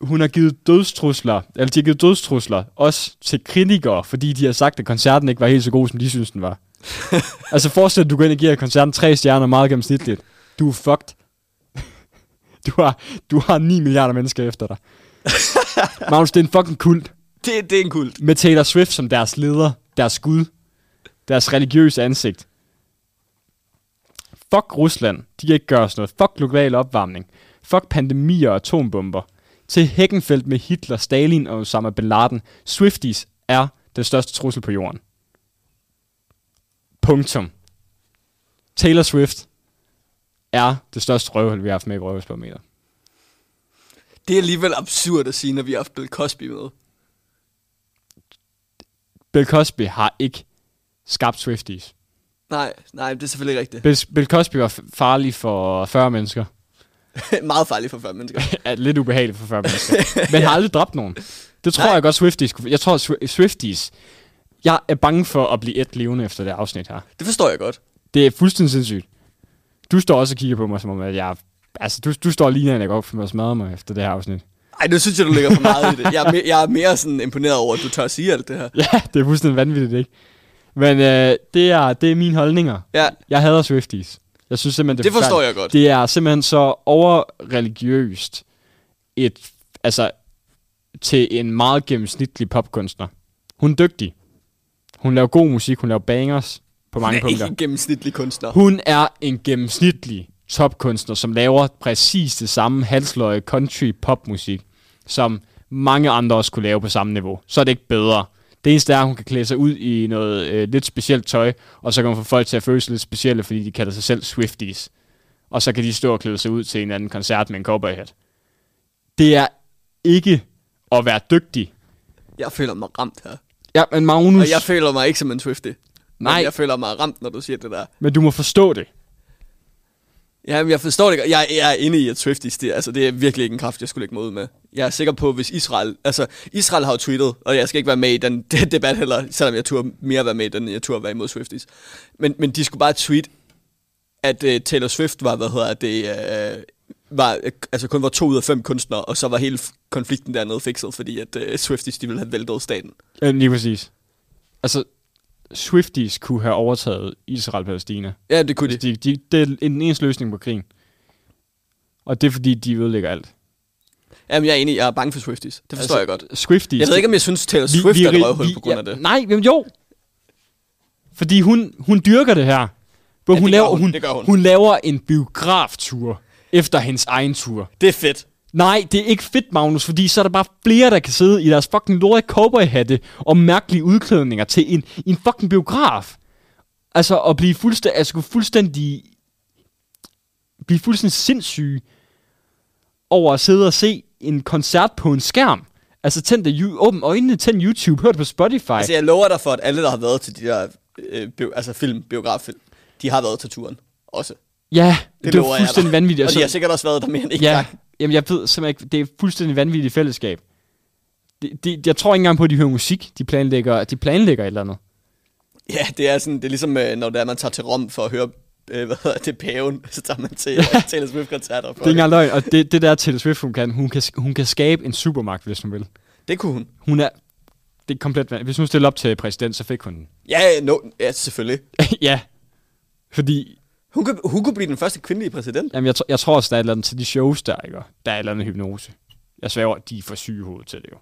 S8: hun har givet dødstrusler, eller de har givet dødstrusler, også til kritikere, fordi de har sagt, at koncerten ikke var helt så god, som de synes, den var. altså forestil dig, at du går ind og giver koncerten tre stjerner meget gennemsnitligt. Du er fucked. Du har, du har 9 milliarder mennesker efter dig. Magnus, det er en fucking kult.
S9: Det, det er en kult.
S8: Med Taylor Swift som deres leder, deres gud, deres religiøse ansigt. Fuck Rusland. De kan ikke gøre sådan noget. Fuck global opvarmning. Fuck pandemier og atombomber. Til Hækkenfeldt med Hitler, Stalin og Osama Bin Laden. Swifties er den største trussel på jorden. Punktum. Taylor Swift er det største røvhul, vi har haft med i røvhulsbarometer.
S9: Det er alligevel absurd at sige, når vi har haft Bill Cosby med.
S8: Bill Cosby har ikke skabt Swifties.
S9: Nej, nej, det er selvfølgelig ikke rigtigt.
S8: Bill, Bill Cosby var f- farlig for 40 mennesker.
S9: Meget farligt for fem mennesker.
S8: er lidt ubehageligt for 40 mennesker. Men har aldrig dræbt nogen. Det tror
S9: Nej.
S8: jeg godt Swifties kunne... Jeg tror Swi- Swifties... Jeg er bange for at blive et levende efter det afsnit her.
S9: Det forstår jeg godt.
S8: Det er fuldstændig sindssygt. Du står også og kigger på mig, som om at jeg... Altså, du, du står lige når jeg går op for mig og smadrer mig efter det her afsnit.
S9: Ej, nu synes jeg, du lægger for meget i det. Jeg er, me- jeg er mere sådan imponeret over, at du tør at sige alt det her.
S8: Ja, det er fuldstændig vanvittigt, ikke? Men øh, det, er, det er mine holdninger.
S9: Ja,
S8: Jeg hader Swifties. Jeg synes simpelthen, det er
S9: Det forstår
S8: forfærdeligt.
S9: jeg godt.
S8: Det er simpelthen så overreligiøst et, altså, til en meget gennemsnitlig popkunstner. Hun er dygtig. Hun laver god musik, hun laver bangers på mange
S9: det er ikke
S8: punkter.
S9: en gennemsnitlig kunstner.
S8: Hun er en gennemsnitlig topkunstner, som laver præcis det samme halsløje country popmusik, som mange andre også kunne lave på samme niveau. Så er det ikke bedre. Det eneste er, at hun kan klæde sig ud i noget øh, lidt specielt tøj, og så kan hun få folk til at føle sig lidt specielle, fordi de kalder sig selv Swifties. Og så kan de stå og klæde sig ud til en eller anden koncert med en cowboyhat. Det er ikke at være dygtig.
S9: Jeg føler mig ramt her.
S8: Ja, men Magnus...
S9: Og jeg føler mig ikke som en Swifty.
S8: Nej.
S9: Men jeg føler mig ramt, når du siger det der.
S8: Men du må forstå det.
S9: Jamen, jeg forstår det godt. Jeg, jeg er inde i, at Swifties, det, altså, det er virkelig ikke en kraft, jeg skulle lægge mig ud med. Jeg er sikker på, hvis Israel... Altså, Israel har jo tweetet, og jeg skal ikke være med i den det debat heller, selvom jeg turde mere være med i den, end jeg turde være imod Swifties. Men, men de skulle bare tweet, at uh, Taylor Swift var, hvad hedder det... Uh, var, øh, altså kun var to ud af fem kunstnere, og så var hele f- konflikten dernede fikset, fordi at uh, Swifties, de ville have væltet staten.
S8: Ja, lige præcis. Altså, Swifties kunne have overtaget Israel og Palæstina.
S9: Ja, det kunne de.
S8: Altså, de, de, det er en eneste løsning på krigen. Og det er fordi, de ødelægger alt.
S9: Jamen, jeg er enig, jeg er bange for Swifties. Det forstår altså, jeg godt.
S8: Swifties...
S9: Jeg ved ikke, om jeg synes, Taylor Swift er et røvhul på grund af det.
S8: Nej, men jo. Fordi hun, hun dyrker det her. Hvor
S9: Ja,
S8: hun,
S9: det gør
S8: laver,
S9: hun,
S8: hun,
S9: det gør hun.
S8: hun laver en biograftur efter hendes egen tur.
S9: Det er fedt.
S8: Nej, det er ikke fedt, Magnus, fordi så er der bare flere, der kan sidde i deres fucking lorte cowboyhatte og mærkelige udklædninger til en, en fucking biograf. Altså at blive fuldstændig, altså, fuldstændig, blive fuldstændig sindssyg over at sidde og se en koncert på en skærm. Altså tænd det, you- åbn øjnene, tænd YouTube, hør det på Spotify.
S9: Altså, jeg lover dig for, at alle, der har været til de der øh, bio, altså film, biograffilm, de har været til turen også. Det,
S8: ja, det, det
S9: lover
S8: var fuldstændig
S9: jeg dig.
S8: vanvittigt.
S9: Og
S8: Altså, så-
S9: de har sikkert også været der mere end en
S8: Ja,
S9: gang.
S8: jamen jeg ved simpelthen ikke, det er et fuldstændig vanvittigt fællesskab. De, de, jeg tror ikke engang på, at de hører musik. De planlægger, de planlægger et eller andet.
S9: Ja, det er, sådan, det er ligesom, øh, når det er, man tager til Rom for at høre øh, hvad hedder det, paven, så tager man til ja. Taylor Swift-koncerter.
S8: Det er ikke engang løgn, og det, det der Taylor Swift, hun kan, hun kan, hun kan skabe en supermagt, hvis hun vil.
S9: Det kunne hun.
S8: Hun er, det er komplet, vanv- hvis hun stiller op til præsident, så fik hun den.
S9: Ja, no, ja, selvfølgelig.
S8: ja, fordi
S9: Hun kunne, hun kunne blive den første kvindelige præsident.
S8: jamen, jeg, tr- jeg tror også, der er et eller andet til de shows der, ikke? Der er et eller andet hypnose. Jeg sværger, de er for syge i hovedet til det jo.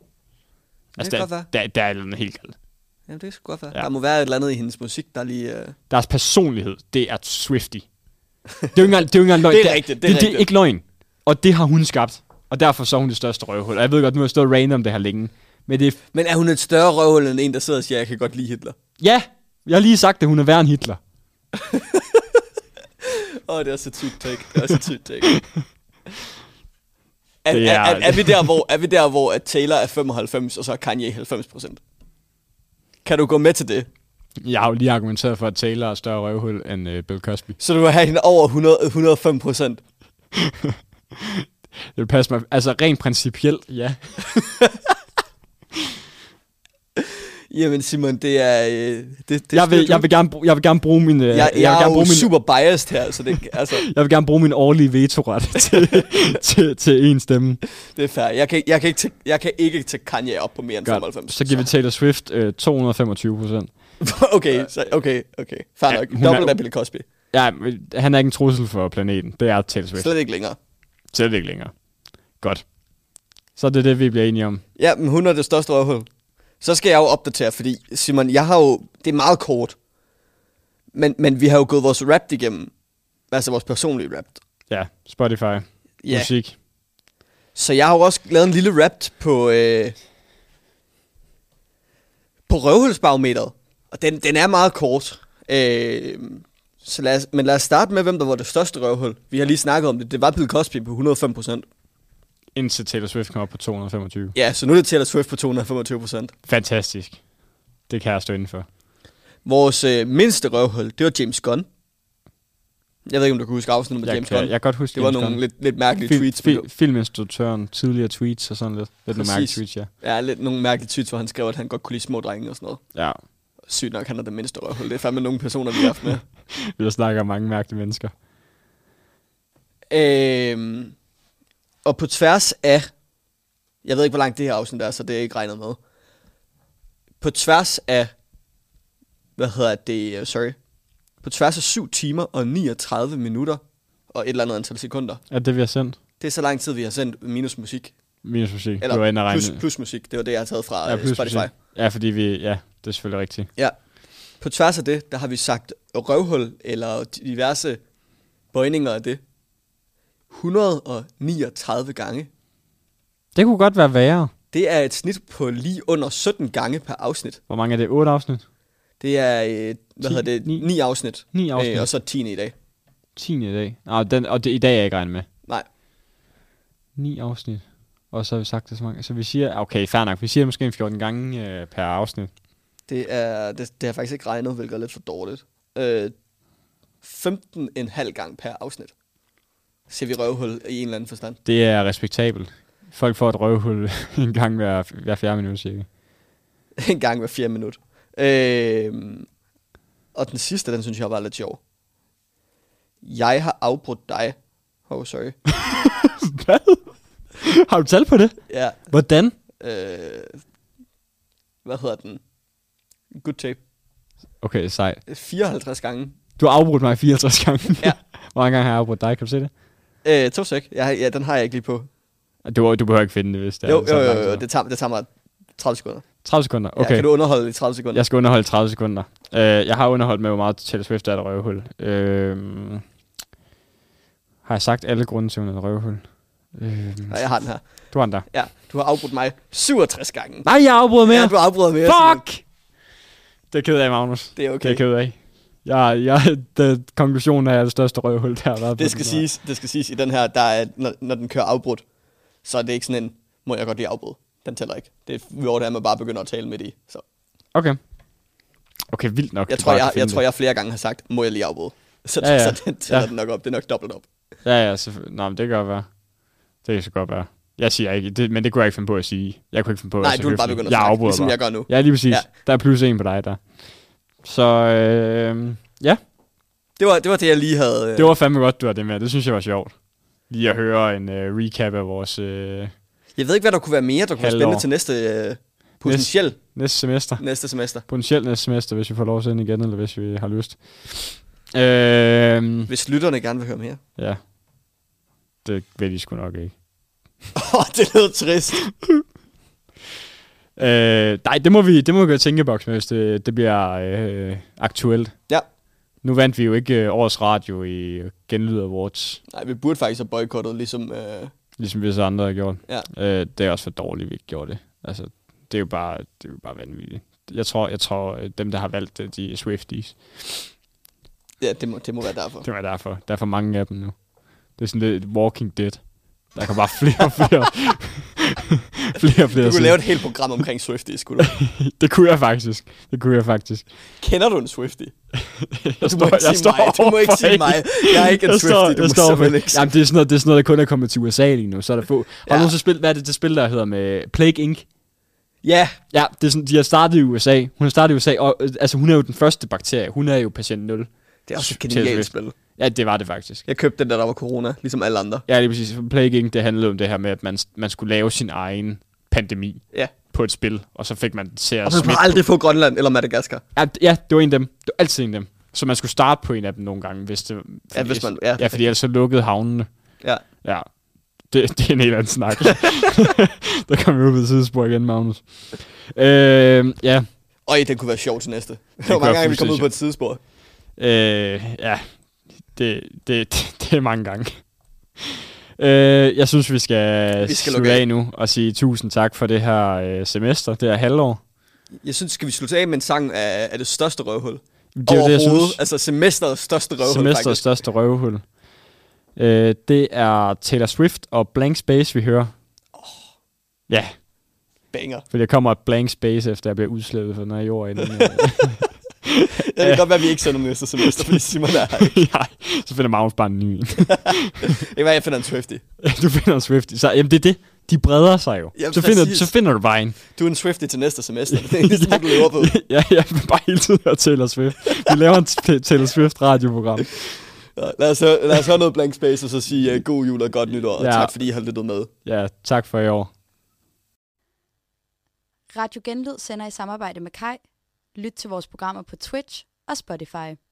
S8: Altså,
S9: kan
S8: det
S9: godt
S8: der,
S9: være.
S8: der, der, er et eller andet helt galt.
S9: Jamen, det skulle godt være.
S8: Ja.
S9: Ja. Der må være et eller andet i hendes musik, der lige... Øh...
S8: Deres personlighed, det er Swifty. Det er jo ikke engang, det er jo ikke engang løgn.
S9: Det er rigtigt, det er
S8: det, det er
S9: rigtigt.
S8: ikke løgn. Og det har hun skabt. Og derfor så er hun det største røvhul. Og jeg ved godt, nu har jeg stået random det her længe. Men det er
S9: Men er hun et større røvhul end en, der sidder og siger, jeg kan godt lide Hitler?
S8: Ja, jeg har lige sagt, at hun er værre end Hitler.
S9: Åh, oh, det er så tykt take. Det er så tykt take. Er,
S8: Det er-
S9: er, er, er, vi der, hvor, er vi der, hvor at Taylor er 95, og så er Kanye 90 procent? Kan du gå med til det?
S8: Jeg har jo lige argumenteret for, at Taylor er større røvhul end øh, Bill Cosby.
S9: Så du vil have hende over 100, 105 procent?
S8: Det vil passe mig. Altså, rent principielt, ja.
S9: Jamen Simon, det er... Øh, det, det
S8: Jeg vil,
S9: styrer du.
S8: jeg vil, gerne, bruge, jeg vil gerne bruge min... øh,
S9: jeg, jeg,
S8: vil
S9: jeg er
S8: gerne
S9: jo
S8: bruge min,
S9: super biased her, så det, altså,
S8: jeg vil gerne bruge min årlige vetoret til, til, til en stemme.
S9: det er fair. Jeg kan, jeg, kan ikke tage, jeg kan ikke tage Kanye op på mere end
S8: Godt.
S9: 95.
S8: Så giver vi Taylor Swift øh, 225 procent.
S9: okay, så, okay, okay. Fair
S8: Ja,
S9: nok.
S8: hun er-
S9: Dobbelt af Bill Cosby.
S8: Ja, men han er ikke en trussel for planeten. Det er Taylor Swift.
S9: Slet ikke længere.
S8: Slet ikke længere. Godt. Så er det det, vi bliver enige om.
S9: Ja, men hun er det største røvhul. Så skal jeg jo opdatere, fordi Simon, jeg har jo... Det er meget kort. Men, men vi har jo gået vores rap igennem. Altså vores personlige rap.
S8: Ja, Spotify.
S9: Ja.
S8: Musik.
S9: Så jeg har jo også lavet en lille rap på... Øh, på røvhulsbarometeret. Og den, den er meget kort. Øh, så lad os, men lad os starte med, hvem der var det største røvhul. Vi har lige snakket om det. Det var Bill Cosby på 105 procent.
S8: Indtil Taylor Swift kommer op på 225.
S9: Ja, så nu er det Taylor Swift på 225 procent.
S8: Fantastisk. Det kan jeg stå inden for.
S9: Vores øh, mindste røvhul, det var James Gunn. Jeg ved ikke, om du kan huske afsnittet med
S8: Jeg
S9: James
S8: kan-
S9: Gunn.
S8: jeg kan godt huske
S9: Det var
S8: James
S9: nogle
S8: Gunn.
S9: lidt, lidt mærkelige
S8: Fil-
S9: tweets.
S8: fil- filminstruktøren, tidligere tweets og sådan lidt. Lidt nogle mærkelige
S9: Præcis.
S8: tweets, ja.
S9: Ja, lidt nogle mærkelige tweets, hvor han skrev, at han godt kunne lide små drenge og sådan noget.
S8: Ja,
S9: Sygt nok, han er den mindste røvhul. Det er fandme nogle personer, vi har haft med.
S8: vi har snakket om mange mærkelige mennesker.
S9: Øhm, og på tværs af, jeg ved ikke, hvor langt det her afsnit er, så det er ikke regnet med. På tværs af, hvad hedder det, øh, sorry. På tværs af 7 timer og 39 minutter og et eller andet antal sekunder.
S8: Er det, vi har sendt?
S9: Det er så lang tid, vi har sendt minus musik.
S8: Minus musik. Eller, det var inde og
S9: Eller
S8: regne.
S9: plus, plus musik, det var det, jeg har taget fra
S8: ja,
S9: ja,
S8: plus
S9: Spotify.
S8: musik. Ja, fordi vi... Ja, det er selvfølgelig rigtigt.
S9: Ja. På tværs af det, der har vi sagt røvhul eller diverse bøjninger af det. 139 gange.
S8: Det kunne godt være værre.
S9: Det er et snit på lige under 17 gange per afsnit.
S8: Hvor mange er det? 8 afsnit?
S9: Det er, øh, hvad
S8: 10,
S9: hedder det,
S8: ni.
S9: 9 afsnit. Øh,
S8: Ni afsnit.
S9: og så 10 i dag.
S8: 10 i dag. Nej, den, og det, i dag er jeg ikke regnet med.
S9: Nej,
S8: 9 afsnit. Og så har vi sagt det så mange. Så vi siger... Okay, fair nok. Vi siger måske en 14 gange øh, per afsnit.
S9: det er, det, det har jeg faktisk ikke regnet, hvilket er lidt for dårligt. Øh, 15,5 gange per afsnit. Ser vi røvhul i en eller anden forstand.
S8: Det er respektabelt. Folk får et røvhul en gang hver, hver fjerde minut, cirka.
S9: En gang hver fjerde minut. Øh, og den sidste, den synes jeg var lidt sjov. Jeg har afbrudt dig. Oh, sorry.
S8: Hvad? Har du tal på det?
S9: Ja,
S8: Hvordan?
S9: øh, hvad hedder den? Good tape.
S8: Okay, sej.
S9: 54 gange.
S8: Du har afbrudt mig 64 gange.
S9: Ja.
S8: Hvor mange gange har jeg afbrudt dig? Kan du se det?
S9: Øh, to sek. Jeg, har- ja, den har jeg ikke lige på.
S8: Du, du behøver ikke finde det, hvis det
S9: jo,
S8: er
S9: jo,
S8: så
S9: jo,
S8: langt
S9: jo,
S8: siden.
S9: det tager, det tager mig 30 sekunder.
S8: 30 sekunder,
S9: Okay. Ja,
S8: okay.
S9: kan du underholde i 30 sekunder?
S8: Jeg skal underholde 30 sekunder. Uh, jeg har underholdt med, hvor meget Taylor Swift er et røvhul. Uh, har jeg sagt alle grunde til, at hun er et røvhul? Uh,
S9: Nej, jeg har den her.
S8: du har den der.
S9: Ja, du har afbrudt mig 67 gange.
S8: Nej, jeg afbryder mere!
S9: Ja, du afbryder mere. Simon.
S8: Fuck! Det er jeg ked af, Magnus.
S9: Det er okay.
S8: Det er jeg ked af. Jeg, jeg, det, konklusionen er, at jeg er det største røvhul, der har været på
S9: Det skal,
S8: den her.
S9: siges, det skal siges i den her, der er, når, når den kører afbrudt, så er det ikke sådan en, må jeg godt lige afbryde. Den tæller ikke. Det er hvor det er, man bare begynder at tale midt i. Så
S8: Okay. Okay, vildt nok.
S9: jeg
S8: du
S9: tror,
S8: bare kan
S9: jeg, jeg,
S8: finde
S9: tror, jeg flere gange har sagt, må jeg lige afbryde. Så,
S8: Ja,
S9: ja,
S8: ja.
S9: ja. så den tæller
S8: Ja.
S9: ja. den nok op. Det er nok dobbelt op.
S8: det. Ja, ja, selvfølgelig. Nå, men det kan godt være. Det kan så godt være. Jeg siger ikke, det, men det kunne jeg ikke finde på at sige. Jeg kunne ikke finde på
S9: Nej,
S8: at
S9: du vil bare begynde at
S8: jeg
S9: snakke,
S8: afbryder
S9: ligesom
S8: bare.
S9: jeg gør nu.
S8: Ja, lige præcis. Ja.
S9: Ja.
S8: Der er plus en på dig, der. Så øh, ja,
S9: Det var, det var det, jeg lige havde... øh,
S8: det var fandme godt, du har det med. Det synes jeg var sjovt. Lige at høre en øh, recap af vores øh,
S9: Jeg ved ikke, hvad der kunne være mere, der kunne være
S8: Halvår.
S9: spændende til næste øh, potentiel næste.
S8: næste semester.
S9: næste semester.
S8: Potentielt næste semester, hvis vi får lov at sende igen, eller hvis vi har lyst. Øh,
S9: Hvis lytterne gerne vil høre mere.
S8: ja. Det ved de sgu nok ikke.
S9: Åh, oh, det lød trist.
S8: Øh, nej, det må vi, det må vi gøre tænkeboks med, hvis det, det bliver øh, aktuelt.
S9: Ja.
S8: Nu vandt vi jo ikke øh, årets radio i Genlyd Awards,
S9: Nej, vi burde faktisk have boykottet, ligesom... Øh,
S8: ligesom vi så andre har gjort.
S9: Ja.
S8: Øh, det er også for dårligt, vi ikke gjorde det. Altså, det er jo bare, det er jo bare vanvittigt. Jeg tror, jeg tror, øh, dem, der har valgt det, de er Swifties.
S9: ja, det må, det må være derfor.
S8: Det var derfor. Der er for mange af dem nu. Det er sådan lidt Walking Dead. Der kommer bare flere og flere. flere og flere.
S9: Du kunne
S8: sider.
S9: lave et helt program omkring Swifties, skulle du?
S8: Det kunne jeg faktisk. Det kunne jeg faktisk.
S9: Kender du en Swiftie?
S8: Jeg
S9: Du må ikke sige mig. Du må ikke
S8: overfor
S9: sige
S8: en.
S9: mig. Jeg er ikke en
S8: Jeg står-
S9: Swiftie. Du
S8: jeg
S9: må
S8: står overfor
S9: simpelthen
S8: en.
S9: ikke sige
S8: Jamen, det er sådan noget, det er sådan noget, der kun er kommet til USA lige nu, så er der få.
S9: Ja.
S8: Ja. Og nu så spil, hvad er det, det spil, der hedder med Plague Inc.
S9: Ja,
S8: Ja, det er sådan, de har startet i USA. Hun har startet i USA, og øh, altså, hun er jo den første bakterie. Hun er jo patient 0.
S9: det er også et
S8: Taylor
S9: genialt
S8: Swift.
S9: spil.
S8: Ja, det var det faktisk.
S9: Jeg købte den, da der var corona, ligesom alle andre.
S8: Ja, lige præcis. Plague Inc. det handlede om det her med, at man, man skulle lave sin egen pandemi
S9: Ja.
S8: på et spil, og så fik man den til at
S9: Og man
S8: smitte
S9: må aldrig få Grønland eller Madagaskar.
S8: Ja, d- ja, det var en af dem. Det var altid en af dem. Så man skulle starte på en af dem nogle gange, hvis det...
S9: Ja, hvis man- ja.
S8: ja fordi ellers så lukkede havnene.
S9: Ja.
S8: Ja, det, det er en helt anden snak. der kom vi ud på et sidespor igen, Magnus. Øh, ja,
S9: Øj, den kunne være sjov til næste. Det
S8: kunne
S9: var mange
S8: være
S9: gange, vi kom ud
S8: fuldstændig
S9: på et sidespor.
S8: øh, ja, det, det, det, det er mange gange. Øh, jeg synes, vi skal,
S9: Vi skal
S8: slutte
S9: lukke af.
S8: af nu og sige tusind tak for det her øh, semester, det her halvår.
S9: Jeg synes, skal vi slutte af med en sang af, af det største røvhul?
S8: Det er jo det, jeg
S9: Overhovedet.
S8: synes.
S9: Altså semesterets største røvhul,
S8: Semesterets
S9: faktisk.
S8: største røvhul. Øh, det er Taylor Swift og Blank Space, vi hører. Ja,
S9: Banger.
S8: for der kommer et Blank Space, efter jeg bliver udslævet for noget jord inden. øh.
S9: Jeg ved godt, hvad vi ikke sender næste semester, fordi Simon er her.
S8: Nej, så finder Magnus bare en ny. en.
S9: Det kan være, jeg finder en Swifty.
S8: du finder en Swift. Så, jamen, det er det. De breder sig jo.
S9: Jamen,
S8: så, finder,
S9: præcis.
S8: så finder du bare en.
S9: Du er en Swifty til næste semester. Det er det eneste, du lever på.
S8: ja, jeg vil bare hele tiden høre Taylor Swift. Vi laver en t- Taylor Swift radioprogram.
S9: Nå, Lad os, høre, lad os høre noget blank space, og så sige uh, god jul og godt nytår, og
S8: Ja.
S9: tak fordi I har lyttet med.
S8: Ja, tak for i år.
S1: Radio Genlyd sender i samarbejde med Kai. Lyt til vores programmer på Twitch og Spotify.